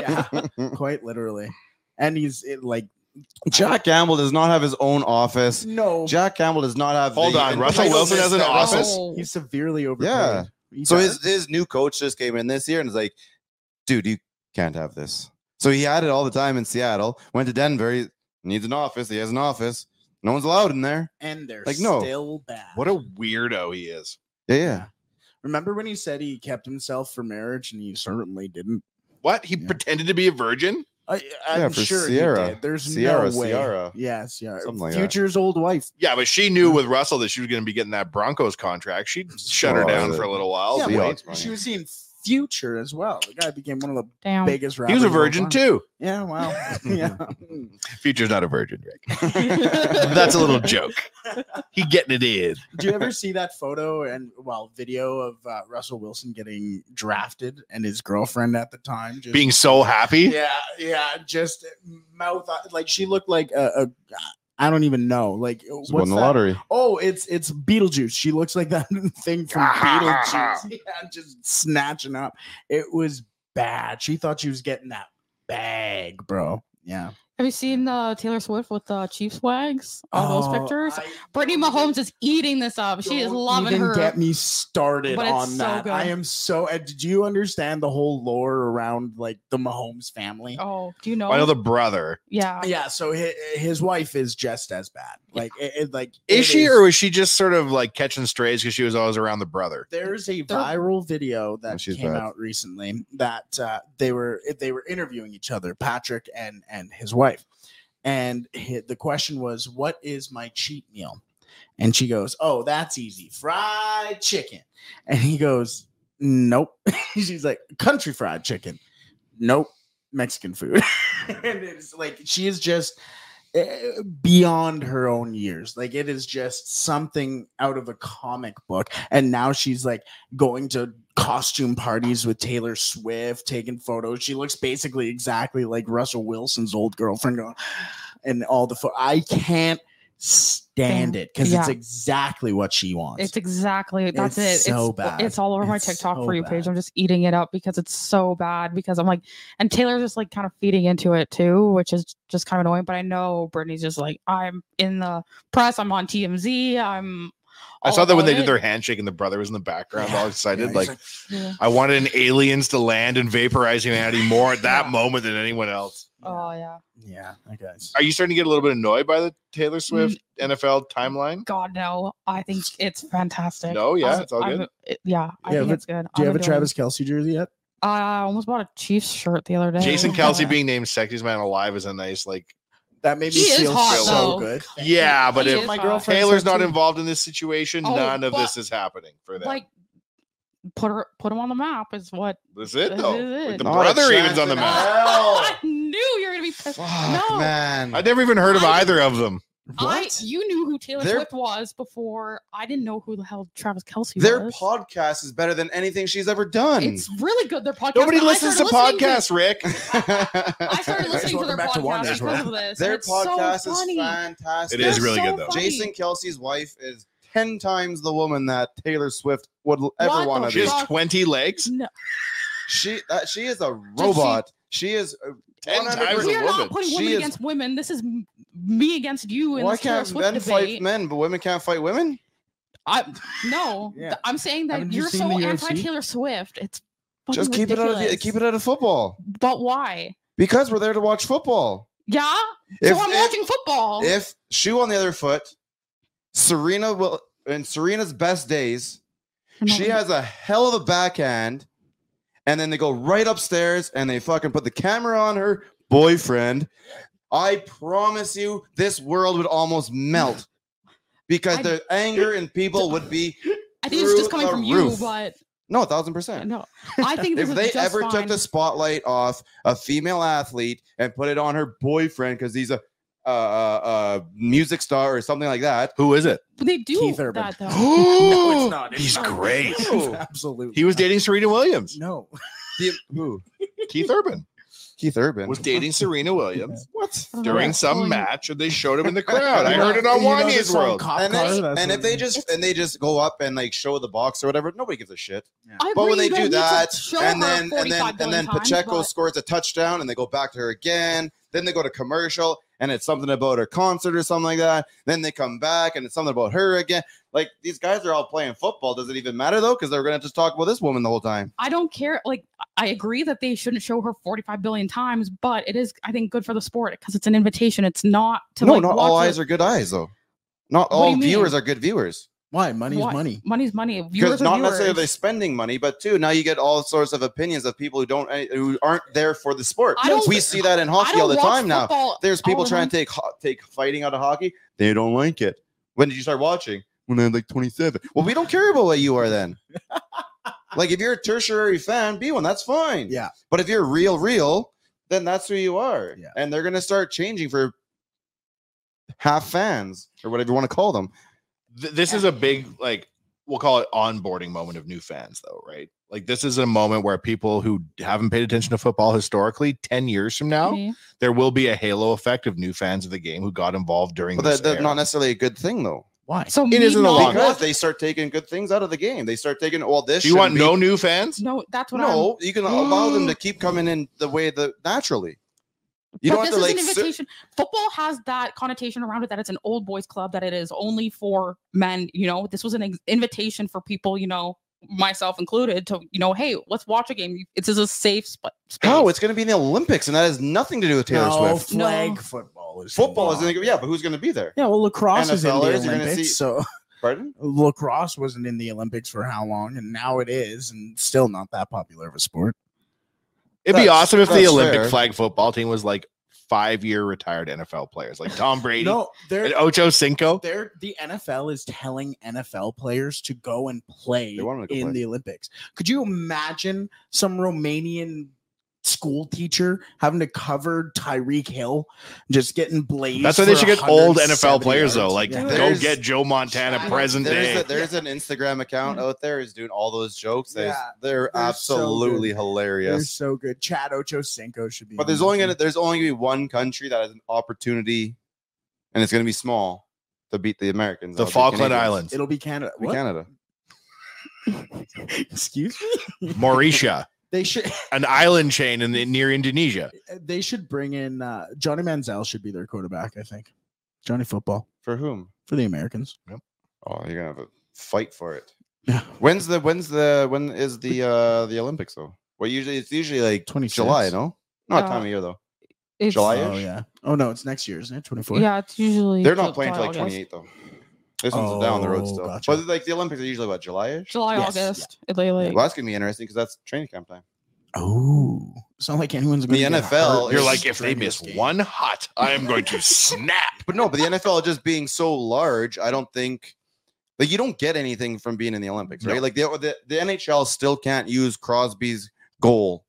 C: Yeah. <laughs> quite literally and he's it, like
F: <laughs> Jack Campbell does not have his own office.
C: no
F: Jack Campbell does not have.
D: Hold
F: the
D: on, Russell
F: entitlement
D: Wilson has an
F: that Russell-
D: office?
E: Oh.
C: he's severely overpaid
F: Yeah.
C: He
F: So
C: does.
F: his his new coach just came in this year and is like, dude, you can't have this. So he had it all the time in Seattle. Went to Denver. He needs an office. He has an office. No one's allowed in there.
C: and they're
F: like, no.
C: still bad
D: What a weirdo he is.
F: Yeah, yeah.
C: Remember when he said he kept himself for marriage, and he certainly didn't.
D: What? He
C: Yeah.
D: pretended to be a virgin?
C: I, I'm
F: Yeah, for
C: sure
F: Sierra.
C: he did. There's
F: Sierra,
C: no way.
F: Sierra.
C: Yeah, Sierra.
F: Something like that.
C: Future's old wife.
D: Yeah, but she knew with Russell that she was going to be getting that Broncos contract. She shut her
F: Oh,
D: down
F: the-
D: for a little while.
C: yeah,
F: see how
C: but
F: it's
C: it-
F: funny.
C: she was seeing Future as well. The guy became one of the
E: Damn.
C: biggest rappers.
D: he was a
C: of all
D: virgin
C: time.
D: too.
C: Yeah,
F: <laughs>
C: wow. <laughs> yeah.
D: Future's not a virgin, Rick. That's a little joke. He getting it in.
C: Do you ever see that photo and well video of uh, Russell Wilson getting drafted and his girlfriend at the time just
D: Being so happy.
C: yeah yeah just mouth like she looked like a, a I don't even know like what's
F: Won the
C: that?
F: lottery.
C: Oh, it's it's Beetlejuice. She looks like that <laughs> thing
D: Ah,
C: from Beetlejuice. <laughs> Yeah, just snatching up. It was bad. She thought she was getting that bag, bro. Yeah.
E: Have you seen uh, Taylor Swift with the uh, Chiefs wags? All
C: Oh,
E: those pictures.
C: I
E: Brittany Mahomes is eating this up. She is
C: don't
E: loving
C: even
E: her.
C: Get me started
E: But it's
C: on
E: so
C: that.
E: good.
C: I am so. And did you understand the whole lore around like the Mahomes family?
E: oh, do you know?
D: I know the brother.
E: yeah.
C: Yeah, so his, his wife is just as bad. Like, it, it- like
D: Is
C: it
D: she or was she just sort of like catching strays because she was always around the brother?
C: there's a
E: They're-
C: viral video that
F: Oh, she's
C: came
F: bad.
C: out recently that uh, they were they were interviewing each other, Patrick and and his wife, and hi- the question was, "What is my cheat meal?" And she goes, "Oh, that's easy, fried chicken." And he goes, "Nope." <laughs> She's like, "Country fried chicken." Nope, Mexican food. <laughs> and it's like she is just eh, beyond her own years like it is just something out of a comic book and now she's like going to costume parties with Taylor Swift, taking photos. She looks basically exactly like Russell Wilson's old girlfriend, going, <sighs> and all the pho- I can't stand it because it's
E: Yeah.
C: exactly what she wants.
E: It's exactly that's
C: It's
E: it.
C: so
E: it's,
C: bad.
E: it's all over my
C: It's
E: TikTok
C: so
E: for you page.
C: bad.
E: I'm just eating it up because it's so bad. Because I'm like, and Taylor's just like kind of feeding into it too, which is just kind of annoying. But I know Brittany's just like, I'm in the press. I'm on TMZ. I'm.
D: I
E: all
D: saw that when they
E: about
D: did
E: it."
D: their handshake and the brother was in the background, all
C: Yeah,
D: excited.
C: he's
D: like,
E: Yeah.
D: I wanted an aliens to land and vaporize humanity more at that moment than anyone else.
E: Oh yeah.
C: yeah, I guess.
D: Are you starting to get a little bit annoyed by the Taylor
E: Mm.
D: Swift NFL timeline?
E: God no. I think it's fantastic.
D: No, yeah,
E: I'm-
D: it's all
E: I'm-
D: good.
E: it- yeah, I
C: Yeah,
E: think
C: but
E: it's good.
C: Do you
E: I'm
C: have a
E: enjoying it.
C: Travis Kelsey jersey yet?
E: I almost bought a Chiefs shirt the other day. <laughs>
D: Jason
E: Oh,
C: <laughs>
D: Kelsey
E: yeah.
D: being named sexiest man alive is a nice like.
C: That made me
E: She is
C: feel
E: hot,
C: so
E: though.
C: good.
D: Yeah, but
E: He
D: if
E: is
C: my
E: hot.
C: girlfriend-
D: Taylor's
C: said
D: not
C: too.
D: involved in this situation,
E: Oh,
D: none of
E: but-
D: this is happening for them.
E: like put her put him on the map is what
D: That's it
E: this
D: though.
E: is
D: Like,
E: it.
D: the
F: Not a
D: brother even's
F: chance
D: on the <laughs>
F: in
D: map.
E: <laughs> I knew you were gonna be pissed.
F: Fuck,
E: no,
F: man.
D: I've never even heard of
E: I-
D: either of them.
E: I
C: What?
E: you knew who Taylor
F: They're-
E: Swift was before I didn't know who the hell Travis Kelsey
F: Their
E: was.
F: podcast is better than anything she's ever done. <laughs>
E: it's really good. Their podcast.
D: Nobody
E: I
D: listens to
E: started listening
D: podcasts, Rick.
E: I
F: <laughs>
E: started listening to
C: welcome
E: their
C: back to
E: podcast
C: Wonders,
E: because
C: Will.
E: of this.
F: Their
E: and it's so
F: podcast is
E: funny.
F: fantastic.
D: It is
E: They're
D: really
E: so
D: good, though.
E: funny.
F: Jason Kelsey's wife is 10 times the woman that Taylor Swift would l-
E: What
F: ever
E: the
F: want
D: <laughs>
F: to
D: She
F: be.
D: has
E: Fuck.
D: 20 legs.
E: No,
F: She that she is a robot. She, is uh,
D: 10 times
F: 100%
E: we
D: a
E: are
D: woman.
E: not putting
F: She
E: women
F: is-
E: against women. This is m- me against you in
F: Why
E: this Taylor
F: can't
E: Swift
F: men
E: debate.
F: fight men, but women can't fight women?
E: I no.
C: Yeah.
E: th- I'm saying that
C: Haven't you
E: you're
C: seen
E: so
C: the E UFC?
E: anti Taylor Swift. It's fucking
F: Just keep it out of the,
E: ridiculous.
F: keep it out of football
E: But why?
F: because we're there to watch football.
E: Yeah.
F: If
E: so I'm
F: if,
E: watching football.
F: if shoe on the other foot, Serena will in Serena's best days,
E: I'm not
F: she
E: gonna-
F: has a hell of a backhand, and then they go right upstairs and they fucking put the camera on her boyfriend. I promise you, this world would
E: <laughs>
F: almost melt because
E: I-
F: the anger in people would be
E: I think it's just
F: through
E: coming
F: the
E: from
F: roof.
E: you, but
F: no, a thousand percent. <laughs>
E: no. I think this
F: If
E: is
F: they
E: just
F: ever
E: fine.
F: took the spotlight off a female athlete and put it on her boyfriend because he's a uh, uh, uh, music star or something like that,
D: Who <gasps> is it?
E: But they do
C: Keith Urban.
E: that
F: <gasps>
E: though.
D: no,
C: it's not. It's
D: He's
C: not.
D: great.
F: No.
C: Absolutely.
D: He was
C: not.
D: dating Serena Williams.
C: No.
F: the- who?
D: Keith Urban
F: Keith Urban
D: was
F: <laughs>
D: dating Serena Williams
F: What?
E: I don't know
D: during
E: what's
D: some
E: going-
D: match, and they showed him in the crowd.
C: <laughs>
D: I
C: You know-
D: heard it on
C: you know the
D: Wanya's
C: song
D: World.
C: Cop
F: And,
C: Car?
F: they-
C: That's
F: and
C: what
F: if they
C: it is.
F: just and they just go up and like show the box or whatever, nobody gives a shit.
E: I
F: But when
E: agree
F: they
E: you
F: do
E: don't need to
F: that,
E: show
F: and
E: her
F: then and then
E: 45
F: and
E: billion
F: then
E: times,
F: Pacheco
E: but-
F: scores a touchdown, and they go back to her again. Then they go to commercial, and it's something about her concert or something like that. Then they come back, and it's something about her again. Like these guys are all playing football. Does it even matter though? Because they're gonna just talk about this woman the whole time.
E: I don't care. Like I agree that they shouldn't show her 45 billion times, but it is I think good for the sport because it's an invitation. It's not to
F: no,
E: like
F: not all
E: watch
F: eyes
E: it.
F: are good eyes though.
E: What
F: Not
E: do
F: all
E: you mean?
F: viewers are good viewers
C: Why? Money's
E: Why?
C: money.
E: Money's money.
F: because
E: Viewers are
F: not necessarily they're
E: viewers.
F: spending money, but too now you get all sorts of opinions of people who don't eh, who aren't there for the sport.
E: I don't-
F: We see that in
E: I
F: hockey
E: don't
F: all the
E: watch
F: time now.
E: football
F: There's
E: all
F: people
E: the
F: trying
E: time.
F: to take ho- take fighting out of hockey. They don't like it. When did you start watching? When I was like 27. Well, we don't care about what you
E: <laughs>
F: are then. like if you're a tertiary fan, be one. That's fine.
C: Yeah.
F: But if you're real, real, then that's who you are.
C: Yeah.
F: And they're gonna start changing for half fans or whatever you want to call them.
D: Th- this is a big like we'll call it onboarding moment of new fans though right like this is a moment where people who haven't paid attention to football historically 10 years from
C: Mm-hmm.
D: now
E: Me.
D: there will be a halo effect of new fans of the game who got involved during
F: But
D: this
F: that, that's
D: era.
F: not necessarily a good thing though.
C: Why?
E: So
D: It
E: me
D: isn't a
E: not
D: long-
F: Because
E: watch-
F: they start taking good things out of the game. They start taking well this
D: do you want
F: shouldn't
D: no
F: be-
D: new fans
E: No, that's what I'm
F: No, you can allow them to keep coming in the way that naturally. You don't
E: But
F: have
E: this
F: to
E: is
F: like.
E: an
F: ser-
E: invitation. Football has that connotation around it that it's an old boys club, that it is only for men. You know, this was an ex- invitation for people, you know, myself included, to, you know, hey, let's watch a game. It's is a safe spot.
F: no, it's going to be in the Olympics, and that has nothing to do with Taylor
C: no,
F: Swift.
C: flag
E: No.
C: football is
F: Football is
C: law.
F: in the yeah, but who's going to be there?
C: Yeah, well, lacrosse is in the
F: NFLers, you're gonna
C: Olympics,
F: see-
C: so <laughs>
F: Pardon?
C: lacrosse wasn't in the Olympics for how long, and now it is, and still not that popular of a sport.
D: It'd be
F: That's-
D: awesome if the
F: that's
D: Olympic
F: fair.
D: flag football team was like five year retired NFL players, like Tom Brady
C: No, they're
D: and Ocho Cinco.
C: they're the NFL is telling NFL players to go and play
F: They want 'em to go
C: in
F: play.
C: the Olympics. Could you imagine some Romanian school teacher having to cover Tyreek Hill, just getting blazed?
D: That's why they
C: for
D: should get old
C: 170
D: NFL players though.
C: yards?
D: Like,
C: Yeah.
D: go
F: There's-
D: get Joe Montana
C: Yeah.
D: present
F: There's,
D: day.
F: a, there's an Instagram account out there who's doing all those jokes. There's-
C: Yeah,
F: they're
C: they're so
F: absolutely
C: they're
F: hilarious.
C: so good. Chad Ochocinco should be.
F: But
C: on
F: there's
C: that
F: only
C: team.
F: gonna there's only gonna be one country that has an opportunity, and it's gonna be small to beat the Americans.
D: the
F: That'll be
D: Falkland
F: Canadians.
D: Islands,
C: it'll be Canada.
F: It'll be
C: What?
F: Canada.
C: <laughs> Excuse me.
D: Mauritia,
C: <laughs> They should.
D: an island chain in the, near Indonesia.
C: They should bring in uh, Johnny Manziel. Should be their quarterback. I think. Johnny football
F: For whom?
C: for the Americans.
F: Oh, you're gonna have a fight for it.
C: Yeah.
F: When's the when's the when is the uh the Olympics though? Well, usually it's usually like
C: 26.
F: July, no? Not
E: Uh,
F: time of year though.
E: It's,
F: July?
C: Oh yeah. Oh no, it's next year, isn't it? Twenty four.
E: Yeah, it's usually
F: They're
E: July,
F: not playing till like
E: August.
F: 28 though. This one's down the road
C: Oh,
F: still.
C: gotcha.
F: But like the Olympics are usually what July-ish.
E: July,
C: Yes, yeah.
E: August. They like,
F: Well, that's gonna be interesting because that's training camp time.
C: Oh, it's not like anyone's going.
F: The NFL
D: You're
F: It's
D: like, if they miss one hot, I am going <laughs> to snap.
F: But no, but the NFL just being so large, I don't think like you don't get anything from being in the Olympics, right?
D: No.
F: Like the, the the NHL still can't use Crosby's goal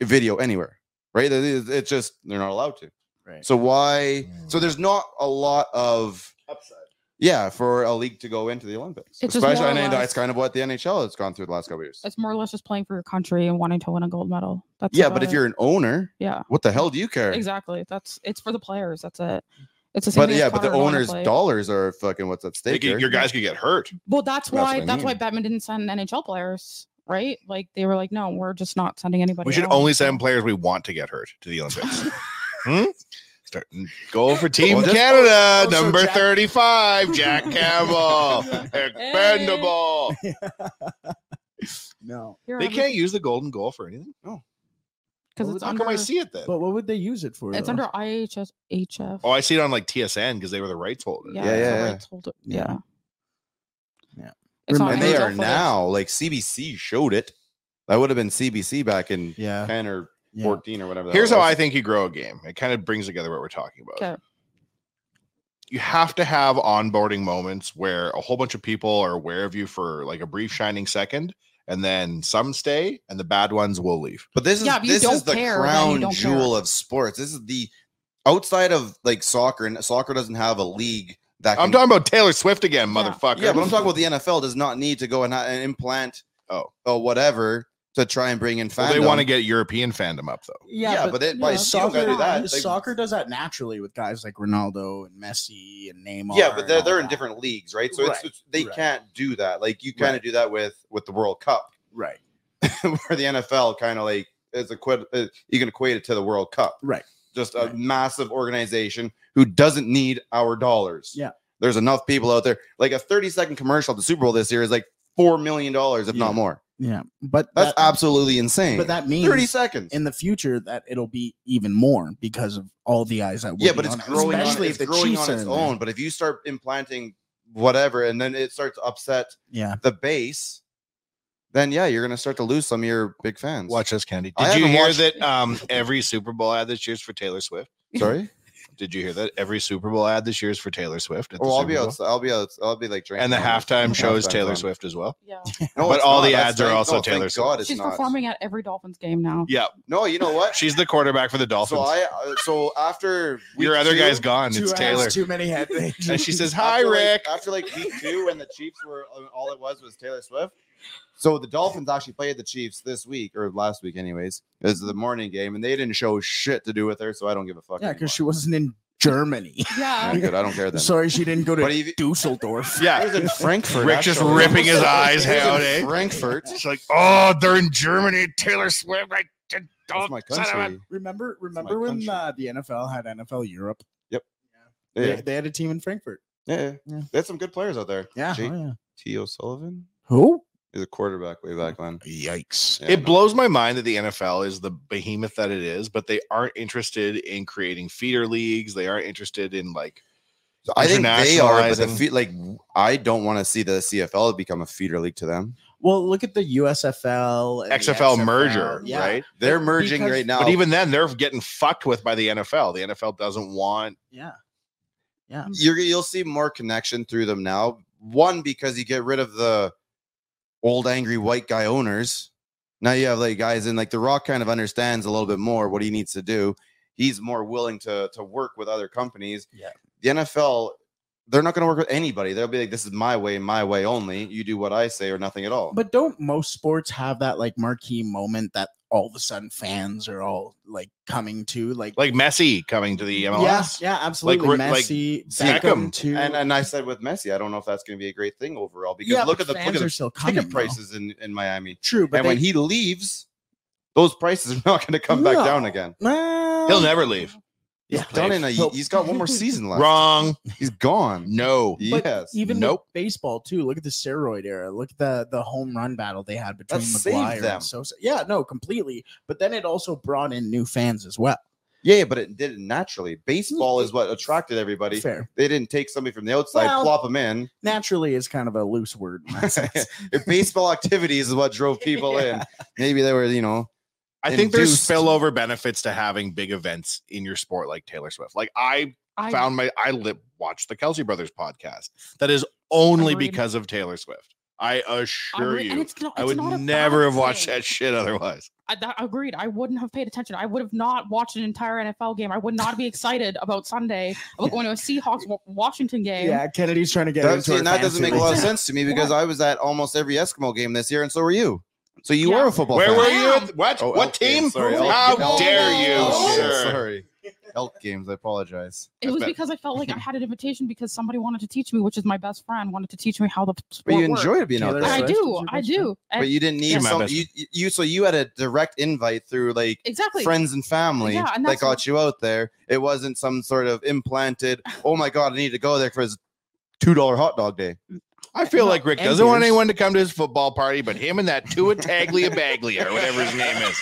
F: video anywhere, right? It is- It's just they're not allowed to.
C: Right.
F: So why? So there's not a lot of upside. Yeah, for a league to go into the Olympics,
E: It's just
F: especially
E: more
F: and,
E: or
F: and
E: less-
F: that's kind of what the NHL has gone through the last couple years.
E: it's more or less just playing for your country and wanting to win a gold medal. That's
F: Yeah,
E: about
F: but if
E: it.
F: you're an owner,
E: yeah,
F: what the hell do you care?
E: exactly. That's it's for the players. That's it. It's the same
F: But
E: thing as
F: yeah, but the
E: Connor going to
F: owner's
E: play.
F: dollars are fucking what's at
D: They
F: stake.
D: could-
F: here.
D: your guys could get hurt.
E: Well, that's
F: That's what
E: why
F: I
E: that's why
F: mean.
E: Batman didn't send NHL players, right? Like they were like, no, we're just not sending anybody.
D: We should
E: out."
D: only
E: So-
D: send players we want to get hurt to the <laughs> Olympics. hmm? Start, go <laughs> for Team
F: Well, this-
D: Canada,
C: also
D: number
C: Jack-
D: 35, <laughs> Jack Campbell. Expendable.
C: No,
E: Here,
D: They
E: I'm-
D: can't use the golden goal for anything. No.
E: 'cause it's
D: How
E: under,
D: come I see it then?
C: but what would they use it for?
E: it's
C: though?
E: under IHS HF.
D: Oh, I see it on like TSN because they were the rights holder.
E: yeah,
F: yeah,
E: it's a
F: yeah.
E: rights holder.
C: Yeah.
E: yeah,
C: Yeah.
E: It's not
C: Remember-
F: and they
E: NHL
F: are
E: footage.
F: now like CBC showed it. That would have been CBC back in
C: Yeah.
F: 10 or
C: yeah.
F: 14 or whatever. that
D: Here's how
F: was.
D: I think you grow a game. It kind of brings together what we're talking about.
E: Okay.
D: You have to have onboarding moments where a whole bunch of people are aware of you for like a brief shining second, and then some stay, and the bad ones will leave.
F: But this is
E: Yeah, but you
F: this is
E: don't
F: the
E: care, then you
F: crown
E: don't care.
F: jewel of sports. This is the outside of like soccer, and soccer doesn't have a league that
D: I'm
F: can-
D: talking about Taylor Swift again,
E: Yeah.
D: motherfucker.
F: Yeah, but I'm talking about the NFL does not need to go and, ha- and implant
D: Oh.
F: or whatever to try and bring in fans.
D: Well, they want to get European fandom up though.
F: yeah, but, they,
E: yeah,
F: by soccer,
E: soccer-
F: do that. They-
C: soccer does that naturally with guys like Ronaldo and Messi and Neymar.
F: yeah, but
C: and
F: they're,
C: all
F: they're in
C: that.
F: different leagues, right? So
C: Right,
F: it's, it's they
C: right.
F: can't do that. Like you kind
C: Right.
F: of do that with with the World Cup.
C: Right,
F: <laughs> where the NFL kind of like is equate, uh, you can equate it to the World Cup.
C: right.
F: Just a
C: Right.
F: massive organization who doesn't need our dollars.
C: Yeah.
F: There's enough people out there. Like a 30 second commercial at the Super Bowl this year is like $4 million, if
C: Yeah.
F: not more.
C: Yeah, but
F: That's
C: that-
F: absolutely insane.
C: But that
F: 30
C: means
F: seconds.
C: in the future that it'll be even more because of all the eyes that. will
F: yeah,
C: be
F: but it's
C: on it,
F: growing, on,
C: especially
F: it's
C: if the
F: growing
C: Chiefs
F: on
C: are
F: its
C: in there.
F: own. But if you start implanting whatever and then it starts to upset
C: Yeah,
F: the base, then yeah, you're going to start to lose some of your big fans.
D: Watch this, Candy.
F: I
D: Did you
F: haven't
D: hear
F: watched-
D: that um, every Super Bowl ad this year's for Taylor Swift?
F: Sorry?
D: Did you hear that every Super Bowl ad this year's for Taylor Swift? at the
F: Well, Oh, I'll
D: Super
F: be
D: Bowl?
F: out. I'll be out. I'll be like drinking.
D: And the
F: all night.
D: halftime show is
F: Halftime
D: Taylor
F: time.
D: Swift as well.
E: Yeah,
F: No,
D: But
F: it's
D: all
F: not.
D: the
F: That's
D: ads are
F: thank-
D: also
F: no, thank
D: Taylor Swift.
F: God it's
E: she's
F: not.
E: performing at every Dolphins game now.
D: Yeah,
F: No, you know what?
D: she's the quarterback for the
F: so
D: Dolphins.
F: I uh, so after
D: Your
F: week
D: other
F: two-
D: guy's gone.
C: Two
D: It's
C: eyes,
D: Taylor.
C: Too many
F: <laughs>
C: head.
D: And she says, "Hi,
F: after, like-
D: Rick."
F: after like week two when the Chiefs were uh, all it was was Taylor Swift. So the Dolphins actually played the Chiefs this week or last week, anyways. It was the morning game, and they didn't show shit to do with her, so I don't give a fuck.
C: yeah, because she
F: anymore.
C: wasn't in Germany.
E: Yeah.
F: Yeah, good. I don't care then.
C: Sorry, she didn't go to
F: But if-
C: Dusseldorf. <laughs>
F: I was
D: yeah, <laughs>
F: in Frankfurt.
D: Rick just
F: actually.
D: ripping his
F: I
D: eyes
F: was in
D: out, eh?
F: Frankfurt.
D: it's like, oh, they're in Germany. Taylor Swift. I,
F: That's my country.
C: Remember, remember when
F: country.
C: uh, the NFL had NFL Europe? They,
F: Yeah.
C: they had a team in Frankfurt.
F: Yeah.
C: Yeah.
F: They had some good players out there.
C: Yeah.
F: Jake
C: oh, yeah.
F: T. O'Sullivan
C: Who?
F: is a quarterback way back when.
C: Yikes.
F: Yeah,
D: It
F: no.
D: blows my mind that the NFL is the behemoth that it is, but they aren't interested in creating feeder leagues. They aren't interested in like
F: I think they are, but the
D: internationalizing.
F: fe- like I don't want to see the CFL become a feeder league to them.
C: Well, look at the USFL and the
D: XFL
C: XFL,
D: merger,
C: yeah.
D: right?
F: They're merging
C: because-
F: right now.
D: But even then, they're getting fucked with by the NFL. The NFL doesn't want
C: Yeah. Um,
F: you're, you'll see more connection through them now. One because you get rid of the old angry white guy owners. Now you have like guys in like The Rock kind of understands a little bit more what he needs to do. He's more willing to to work with other companies.
C: Yeah.
F: The NFL, they're not going to work with anybody. They'll be like, "This is my way, my way only. You do what I say, or nothing at all."
C: But don't most sports have that like marquee moment that all of a sudden fans are all like coming to like
D: like Messi coming to the MLS.
C: yeah, yeah, absolutely.
D: we're- like
C: Messi,
D: Beckham
C: Beckham, too.
F: and and I said with Messi, I don't know if that's going to be a great thing overall because
C: Yeah,
F: look
C: but
F: at the look
C: fans
F: at
C: are
F: the
C: still coming,
F: ticket
C: though.
F: prices in in Miami.
C: True, but
F: and when
C: they-
F: he leaves, those prices are <laughs> not going to come back down
C: No.
F: again.
C: Well,
D: He'll never leave.
F: He's
D: Yeah.
F: done in a,
C: He'll-
F: he's got
C: <laughs>
F: one more season left.
D: Wrong.
F: He's gone.
D: No.
C: But
F: yes.
C: even
D: Nope.
C: with baseball too. Look at the steroid era. Look at the the home run battle they had between
F: saved
C: McGuire
F: them.
C: and Sosa. Yeah, no, completely. But then it also brought in new fans as well.
F: yeah, but it did it naturally. Baseball is what attracted everybody.
C: Mm. Fair.
F: They didn't take somebody from the outside,
C: Well-
F: plop him in.
C: Naturally is kind of a loose word. In
F: <laughs>
E: <laughs>
C: that sense.
F: If baseball activities is
C: <laughs>
F: what drove people in. Maybe they were, you know,
D: I think there's
F: Induced.
D: spillover benefits to having big events in your sport like Taylor Swift. Like I
E: I
D: found my I li- watched the Kelsey Brothers podcast. That is only
E: Agreed.
D: because of Taylor Swift. I
E: I
D: assure
E: re- and
D: you.
E: it's not-
D: I
E: it's
D: would
E: not a
D: never
E: bad
D: have watched
E: thing.
D: that shit otherwise.
E: I, that, agreed. I wouldn't have paid attention. I would have not watched an entire NFL game. I would not be excited about Sunday about going to a Seahawks Wa- Washington game.
C: yeah, Kennedy's trying to get
F: that,
C: into our
F: and that doesn't
C: fantasy
F: make a lot of
C: league. <laughs>
F: sense to me because I was at almost every Eskimo game this year, and so were you. So you
E: Yeah.
F: were a football
D: Where
F: fan.
D: were
E: I
D: you?
E: am.
D: at- What?
F: Oh,
D: what
F: Elk
D: team?
F: games, sorry, Oh, Elk-
D: How
F: Elk
D: dare
F: games,
D: you,
F: Elk games,
D: sir?
F: Sorry. Elk games, I apologize.
E: It was
D: bet.
E: because I felt like
F: <laughs>
E: I had an invitation because somebody wanted to teach me, which is my best friend, wanted to teach me how the
F: But
E: sport
F: you
E: works.
F: enjoyed being out
C: Taylor
E: And
F: there.
E: I
C: Swift is
E: do.
C: your
E: I
C: best
E: do.
F: but
E: And-
F: you didn't need
D: You're my
F: some
D: best
F: you, you you- so you had a direct invite through like
E: exactly.
F: friends and family
E: Yeah, and
F: that
E: that's
F: got
E: what-
F: you out there it wasn't some sort of implanted oh my god i need to go there for his two dollar hot dog day
D: I feel
E: No,
D: like Rick
C: and
D: doesn't want
C: yours.
D: anyone to come to his football party but him and that
F: <laughs>
D: Tua Taglia Baglia or whatever his name is.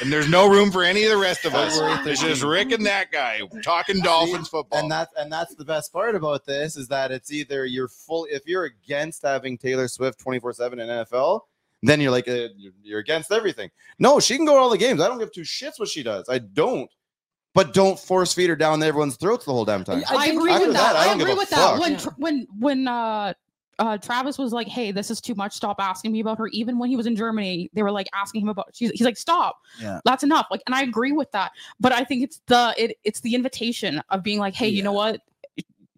D: And there's no room for any of the rest of us. It's just Rick and that guy talking Dolphins football.
F: and that's and that's the best part about this is that it's either you're full if you're against having taylor swift 24 7 in nfl then you're like uh, you're- you're against everything no she can go to all the games i don't give two shits what she does i don't but don't force feed her down everyone's throats the whole damn time
E: I,
C: think
E: agree
F: after
E: with
F: that,
E: that.
F: I
E: I
F: don't give
E: agree
F: a
E: with that.
F: fuck.
E: When tr when when uh uh Travis was like, "Hey, this is too much. Stop asking me about her." Even when he was in Germany, they were like asking him about. She's, he's like, "Stop.
C: Yeah.
E: That's enough." Like, and I agree with that. But I think it's the it it's the invitation of being like, "Hey, you know what?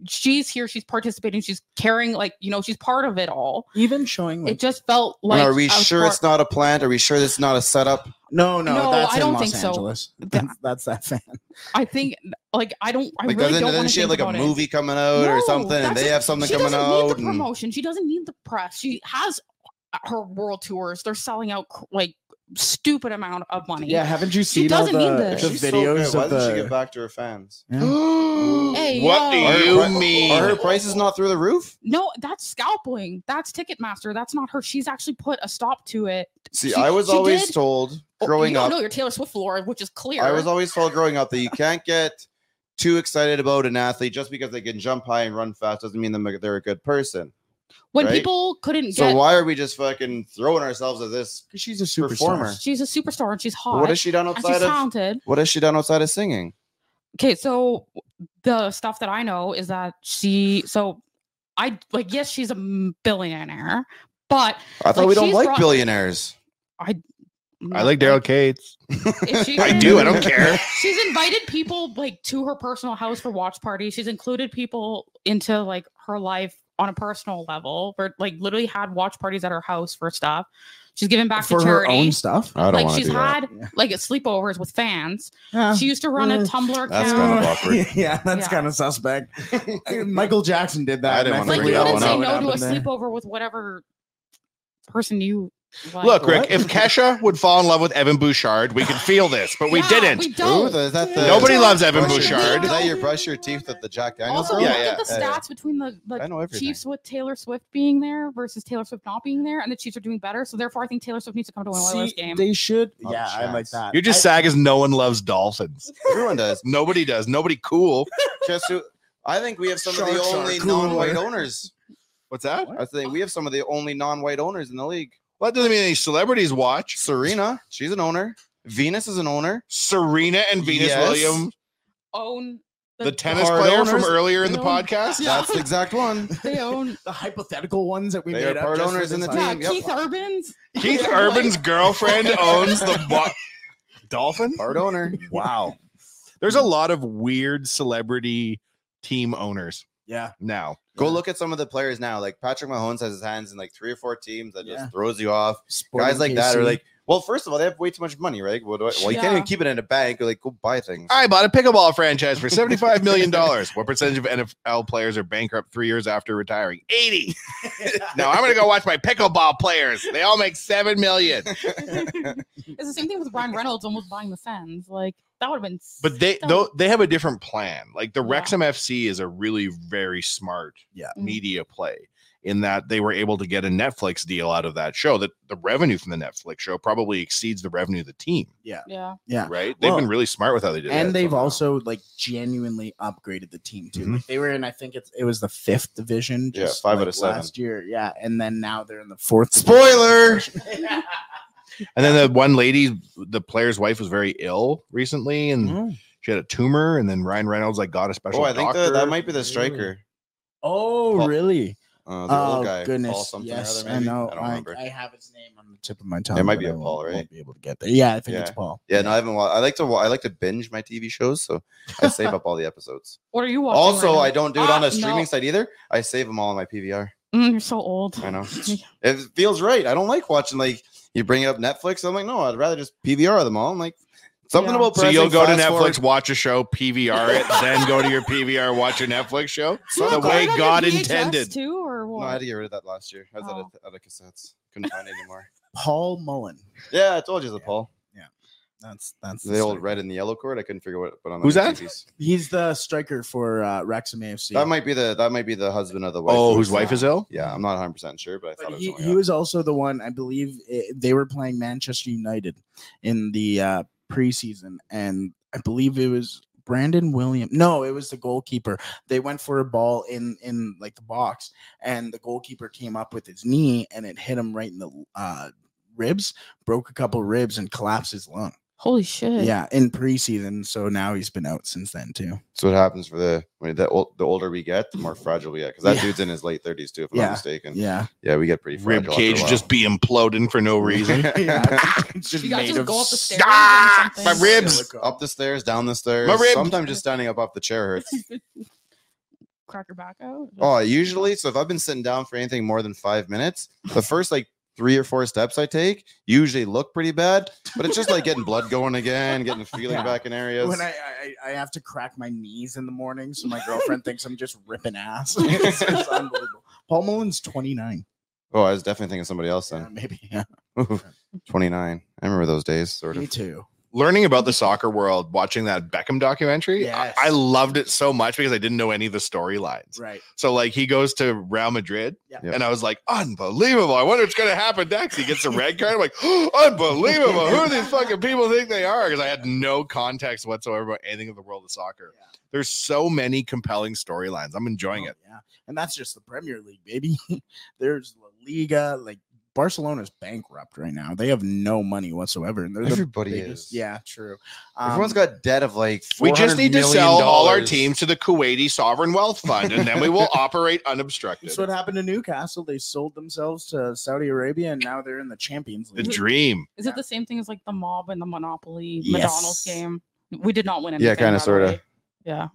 E: She's here. She's participating. She's caring. Like, you know, she's part of it all."
C: Even showing like
E: It just felt
F: And
E: like.
F: are we
E: I was
F: sure
E: part-
F: it's not a plant? Are we sure this is not a setup?
C: no, no,
E: No,
C: that's
E: I
C: in
E: don't
C: Los
E: think so.
C: Angeles.
E: That-
C: That's, that's that fan.
E: <laughs> I think like I don't. I
F: Like,
E: really
F: doesn't
E: don't
F: doesn't
E: want
F: she
E: to
F: have like a
E: about it.
F: movie coming out or
E: No,
F: something? And
E: that's
F: they
E: it.
F: have something
E: she
F: coming
E: doesn't need
F: out.
E: the
F: and-
E: promotion. She doesn't need the press. She has uh, her world tours. They're selling out cr- like stupid amount of money.
C: Yeah, haven't you seen all
E: doesn't need
C: the,
E: this.
C: the
F: She's so
C: videos
F: good. Why
C: of
F: doesn't she give
C: the?
F: back to her fans?
E: Hey,
D: what
E: yo.
D: do
F: Are-
D: you mean?
F: Are her prices not through the roof?
E: No, that's scalping. That's Ticketmaster. That's not her. She's actually put a stop to it.
F: See,
E: She-
F: I was
E: she
F: always
E: did-
F: told
E: Oh,
F: growing
E: you
F: up.
E: don't know your Taylor Swift lore, which is clear.
F: I was always told growing up that you can't get too excited about an athlete just because they can jump high and run fast doesn't mean them- they're a good person.
E: when
F: right?
E: people couldn't
F: So
E: get.
F: why are we just fucking throwing ourselves at this?
C: Because she's a superstar.
F: Performer.
E: She's a superstar and she's hot.
F: What has she done
E: and she's
F: outside of?
E: talented.
F: What has she done outside of singing?
E: Okay, so the stuff that I know is that she. So I like. Yes, she's a m- billionaire, but
F: I thought
E: Like,
F: we don't
E: she's
F: like
E: brought- <laughs>
F: billionaires.
D: I like Daryl Cates. <laughs>
E: If she
D: I
E: can-
D: do. I
E: <laughs>
F: <laughs>
D: don't care.
E: She's invited people like to her personal house for watch parties. She's included people into like her life on a personal level. Where like literally had watch parties at her house for stuff. She's given back
C: for
E: to
C: her
E: charity.
C: own stuff.
F: I don't
E: like
F: want to
E: she's
F: do that.
E: had
C: Yeah.
E: like sleepovers with fans.
C: Yeah.
E: She used to run a
C: Uh,
E: Tumblr account.
F: That's
C: <laughs>
F: kind of awkward.
C: yeah, that's
E: Yeah.
C: kind of suspect. Michael Jackson did that.
F: I didn't
C: and
F: wanna
C: think
E: like
F: bring
C: we
E: you
F: that
C: all
E: wouldn't
F: one
C: know
E: say
C: what
F: up.
E: no to a
C: happened there.
E: sleepover with whatever person you Like,
D: Look, Rick,
F: What?
D: if Kesha would fall in love with Evan Bouchard, we could feel this, but we
E: yeah,
D: didn't.
E: We
F: Ooh,
E: don't.
F: is that the
D: Nobody loves Evan
F: brush your-
D: Bouchard.
F: Is that your brush your teeth at the Jack Daniels?
E: also,
D: Yeah,
E: look
F: song?
E: at the
F: yeah, yeah.
E: stats between the,
F: I
E: the
F: know everything.
E: Chiefs with Taylor Swift being there versus Taylor Swift not being there, and the Chiefs are doing better. So therefore, I think Taylor Swift needs to come to an Oilers
C: See,
E: game.
C: they should.
F: Not a
C: yeah, I like
F: chance.
C: that.
D: You're just
C: I,
D: sad because no one loves dolphins.
F: Everyone does.
D: Nobody does. Nobody cool.
F: Guess who- I think we have some of
C: Sharks
F: the
C: are
F: only
C: cooler.
F: non-white owners.
D: What's that?
F: I think we have some of the only non-white owners in the league.
D: Well, that doesn't mean any celebrities watch.
F: Serena, she's an owner. Venus is an owner.
D: Serena and Venus
F: Yes.
D: Williams,
E: Own
D: the tennis
F: Hard
D: player from
F: owners.
D: earlier in the
E: They own-
D: podcast.
F: <laughs>
E: Yeah.
F: That's the exact one.
E: They own
C: the hypothetical ones that we
F: They
C: made
F: are
C: up
F: part
C: just for
F: owners in
C: this
F: the
E: yeah,
C: podcast.
F: team. Yep.
E: Keith Urban's.
D: Keith Urban's girlfriend owns the bo- dolphin.
F: Part owner.
D: Wow. There's a lot of weird celebrity team owners
C: Yeah,
D: now.
F: Go look at some of the players now. Like Patrick Mahomes has his hands in like three or four teams that
C: Yeah.
F: just throws you off.
C: Sporting
F: Guys like that are
C: KC.
F: like,
C: <laughs>
F: <laughs> well, first of all, they have way too much money, right? What do I, well, you can't
E: Yeah.
F: even keep it in a bank. You're like, go buy things.
D: I bought a pickleball franchise for $75 million. what percentage of NFL players are bankrupt three years after retiring? 80. no, I'm going to go watch my pickleball players. They all make $7 million.
E: It's the same thing with Ryan Reynolds almost buying the Sens. Like that would have been.
D: But they
E: so-
D: though they have a different plan. Like the
E: Yeah.
D: Wrexham FC is a really very smart
C: Yeah.
E: Mm.
D: media play in that they were able to get a Netflix deal out of that show that the revenue from the Netflix show probably exceeds the revenue of the team,
E: Yeah.
C: yeah.
D: right? They've
C: Ah, Well,
D: been really smart with how they did it.
C: and they've also like genuinely upgraded the team too. Like, they were in, I think it's it was the fifth division.
F: Mm-hmm. Yeah,
C: Just
F: five out
C: like,
F: of seven.
C: last year. Yeah, and then now they're in the fourth. division.
F: Spoiler.
C: <laughs>
F: <laughs>
D: And then the one lady, the player's wife was very ill recently and
C: Mm. Oh,
D: she had a tumor and then Ryan Reynolds like got a special
F: Oh, I think the, that
D: doctor.
F: might be the striker.
C: Oh,
F: Paul-
C: really?
F: Uh, the
C: Oh
F: old guy. Paul
C: goodness!
F: something or
C: yes,
F: other,
C: I
F: maybe?
C: know.
F: I don't remember.
C: I have his name on the tip of my tongue.
F: might
C: but
F: be
C: I
F: a
C: won't-
F: Paul, right?
C: Won't be able to get there. Yeah, I think it's
F: Yeah.
C: Paul.
F: Yeah, no, I haven't watched. I like to. wa- I like to binge my TV shows, so I save up all the episodes.
E: What are you <laughs> watching?
F: also, I
E: right
F: don't do it on
E: Ah,
F: a streaming
E: no.
F: site either. I save them all on my PVR.
E: now? Mm, you're so old. <laughs>
F: I know
E: Yeah.
F: it feels right. I don't like watching like you bring it up Netflix. I'm like, no, I'd rather just PVR them all. I'm like something
E: Yeah.
F: about
D: so you'll
F: pressing
D: go to
F: fast forward.
D: Netflix, watch a show, PVR
F: <laughs>
D: it, then go to your PVR, watch a Netflix show.
E: You
D: the
E: got
D: way
E: it on your
D: God
E: VHS
D: intended.
E: Too, or
F: No, I had
E: what?
F: to get rid of that last year. I was
E: Oh.
F: out, of, out of cassettes. Couldn't find it anymore.
C: Paul Mullen.
F: Yeah, I told
E: <laughs>
F: you the Paul.
C: That's that's
F: The old
C: striker.
F: red and the yellow cord. I couldn't figure what put on.
D: Who's
F: other
D: that?
F: TVs.
C: He's the striker for uh, Wrexham AFC.
F: That might be the that might be the husband of the wife.
D: Oh,
F: who
D: whose
F: was-
D: wife is ill?
F: Yeah, I'm not 100 percent sure, but I thought
C: But
F: it was.
C: he,
F: the one I
C: he
F: got.
C: was also the one I believe it, they were playing Manchester United in the uh, preseason, and I believe it was Brandon Williams. No, it was the goalkeeper. They went for a ball in in like the box, and the goalkeeper came up with his knee, and it hit him right in the uh, ribs, broke a couple ribs, and collapsed his lung.
E: Holy shit.
C: Yeah, in preseason, so now he's been out since then
F: <laughs>
C: too.
F: So what happens for the when the, ol- the older we get, the more fragile we get. Because that
C: Yeah.
F: dude's in his late thirties too, if I'm
C: Yeah.
F: not mistaken. Yeah.
C: Yeah,
F: we get pretty
D: Rib
F: fragile.
C: <laughs>
D: cage
F: <laughs>
D: just be imploding for no reason.
C: It's
E: You
C: made
E: guys just
C: of
E: go up the
C: s-
E: stairs.
D: Ah,
E: and
D: my
E: something.
D: ribs.
C: silicone.
F: up the stairs, down the stairs.
D: My rib-
F: Sometimes just standing up off the chair hurts.
E: Crack your back out.
F: Oh, usually, so if I've been sitting down for anything more than five minutes, the first like three or four steps I take usually look pretty bad, but it's just like getting blood going
C: <laughs>
F: again, getting feeling
C: Yeah.
F: back in areas.
C: when I, I I I have to crack my knees in the morning, so
F: <laughs>
C: my girlfriend thinks I'm just ripping ass. <laughs> it's just unbelievable. Paul Mullen's 29.
F: oh, I was definitely thinking of somebody else
C: Yeah,
F: then.
C: maybe. Yeah.
F: <laughs> 29. I remember those days,
C: <laughs>
F: sort
C: Me
F: of.
C: too.
D: Learning about the soccer world, watching that Beckham documentary, I-
C: Yes.
D: I, loved it so much because I didn't know any of the storylines.
C: Right.
D: So like he goes to Real Madrid,
C: Yeah.
F: Yep.
D: and I was like, unbelievable. I wonder what's going to happen next. He gets a red card. I'm like, <gasps> unbelievable. Who do these fucking people think they are? Because I had no context whatsoever about anything of the world of soccer.
C: Yeah.
D: There's so many compelling storylines. I'm enjoying
C: Oh,
D: it.
C: Yeah. And that's just the Premier League, baby. <laughs> There's La Liga. Like Barcelona's bankrupt right now. They have no money whatsoever. And they're the
F: Everybody
C: biggest-
F: is.
C: Yeah, true.
F: Everyone's
C: Um,
F: got debt of like.
D: We just
F: $400
D: need to
F: million
D: sell all our
F: dollars.
D: teams to the Kuwaiti Sovereign Wealth Fund, and then we
F: <laughs>
D: will operate unobstructed.
C: That's what happened to Newcastle. They sold themselves to Saudi Arabia, and now they're in the Champions
D: The
C: League.
D: dream.
E: Is it the same thing as like the mob and the Monopoly
C: Yes.
E: McDonald's game? We did not win anything.
F: Yeah, kinda,
E: by the
F: sorta.
E: way. Yeah.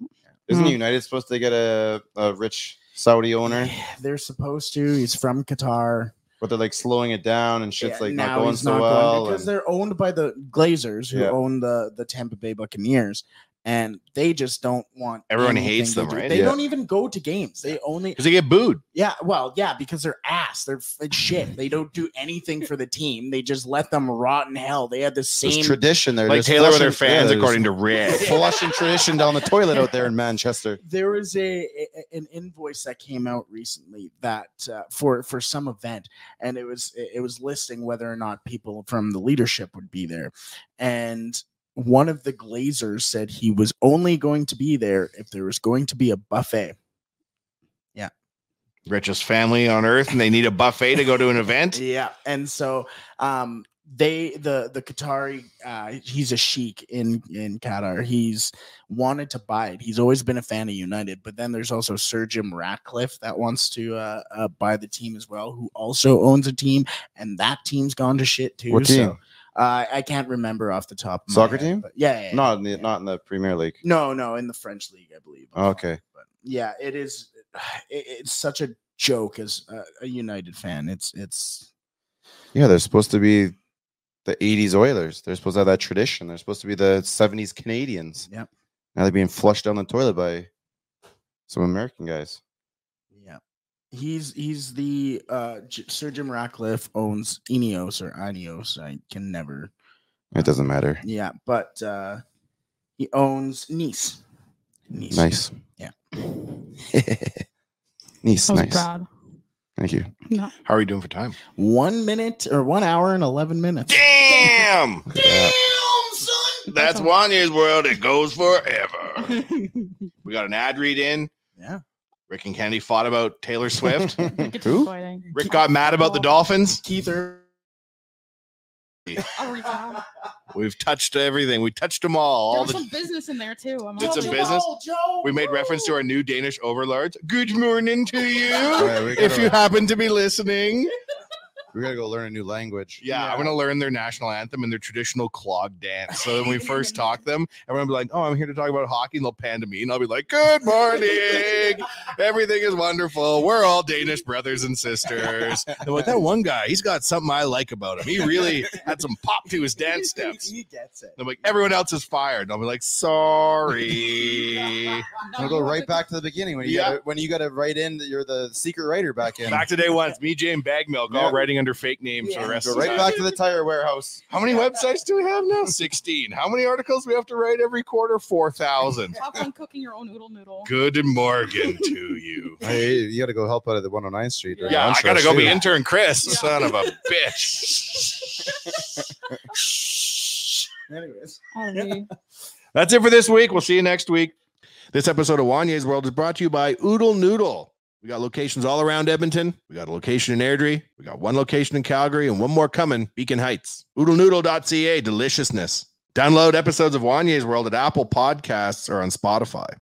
F: Isn't
C: Hmm.
E: Mhm.
F: United supposed to get a, a rich Saudi owner?
C: They're supposed to. He's from Qatar.
F: But they're like slowing it down and shit's
C: Yeah,
F: like
C: now
F: not going
C: he's
F: so
C: not going
F: well.
C: because
F: and-
C: they're owned by the Glazers, who
F: Yeah.
C: own the the Tampa Bay Buccaneers, and they just don't want
D: Everyone
C: anything
D: hates
C: to
D: them,
C: do-
D: right?
C: They
F: Yeah.
C: don't even go to games. They only
D: because they get booed.
C: yeah, well, yeah, because they're ass. They're f- like shit. They don't do anything for the team. They just let them rot in hell. They had the
F: It's
C: same
F: tradition there.
D: Like
F: There's
D: Taylor with her
F: flushing-
D: fans,
F: yeah, there's
D: according to Rick.
F: <laughs> flushing tradition down the toilet out there in Manchester.
C: there was a, a- an invoice that came out recently that uh, for for some event and it was it was listing whether or not people from the leadership would be there and one of the glazers said he was only going to be there if there was going to be a buffet
D: Richest family on earth, and they need a buffet to go to an
C: <laughs>
D: event.
C: yeah and so um they the the qatari uh he's a sheik in in qatar he's wanted to buy it he's always been a fan of united but then there's also sir jim ratcliffe that wants to uh, uh buy the team as well who also owns a team and that team's gone to shit too
F: What team?
C: so uh, i can't remember off the top of my
F: Soccer
C: head,
F: team?
C: but yeah, yeah, yeah.
F: Not in the, not in the Premier League.
C: no no in the french league i believe
F: Okay.
C: but yeah it is it, it's such a joke as a, a united fan it's it's
F: Yeah, they're supposed to be the 80s Oilers. They're supposed to have that tradition. They're supposed to be the 70s Canadians.
C: Yep.
F: Now they're being flushed down the toilet by some American guys.
C: Yeah. He's he's the uh J- Sir Jim Ratcliffe owns Ineos or Ineos. I can never
F: It doesn't matter.
C: yeah, but uh he owns Nice. Nice.
F: Nice.
C: Yeah.
F: nice,
E: That was
F: <laughs> nice.
E: bad.
F: Thank you.
E: No.
D: How are we doing for time?
C: One minute or one hour and eleven minutes.
D: Damn,
F: Yeah.
D: son, that's Wanya's world. It goes forever. We got an ad read in.
C: Yeah.
D: Rick and Kennedy fought about Taylor
F: <laughs>
D: Swift.
E: It's
F: Who?
E: disappointing.
D: Rick got mad about
F: Oh.
D: the Dolphins.
C: Keith Er-
E: Oh, yeah.
D: We've touched everything. We touched them all.
E: There
D: All
E: was
D: the
E: some business in there too. I'm
D: Did
E: like,
D: some
E: "Joe,
D: business? we made reference to our new Danish overlords. Good morning to
F: All
D: you.
F: right, we, gotta,
D: If you happen to be listening,
F: we gotta go learn a new language.
D: yeah, I'm gonna learn their national anthem and their traditional clog dance. So when we
F: <laughs>
D: first talk them, everyone will be like, "Oh, I'm here to talk about hockey," and they'll pan to me, and I'll be like, "Good
F: <laughs>
D: morning, everything is wonderful. We're all Danish brothers and
F: <laughs>
D: sisters." And with that one guy, he's got something I like about him. He really had some pop to his dance steps.
F: <laughs>
C: He gets it.
D: They're like, everyone else is fired. And I'll be like,
F: <laughs>
D: sorry.
E: no,
F: I'm gonna
E: you
F: go
E: have
F: right
E: to-
F: back to the beginning when you
D: Yeah.
F: gotta, when you gotta write in that you're the secret writer back in.
D: back to day one. It's me, Jay, and Bagmilk, all
F: Yeah.
D: writing under fake names for the rest
F: go
D: of the
F: right
D: time.
F: back to the tire warehouse.
D: How many websites do we have now? 16. How many articles do we have to write every quarter? 4,000.
E: Have fun cooking your own oodle noodle.
D: Good morning to you.
F: Hey, you gotta go help out at the 109th Street. during
D: Yeah,
F: lunch
D: I gotta
F: rush,
D: go
F: too.
D: be intern Chris,
E: Yeah.
D: son of a bitch.
C: Anyways.
E: Oh, me.
D: That's it for this week. We'll see you next week. This episode of Wanye's World is brought to you by Oodle Noodle. We got locations all around Edmonton. We got a location in Airdrie. We got one location in Calgary and one more coming, Beacon Heights. OodleNoodle.ca, deliciousness. Download episodes of Wanye's World at Apple Podcasts or on Spotify.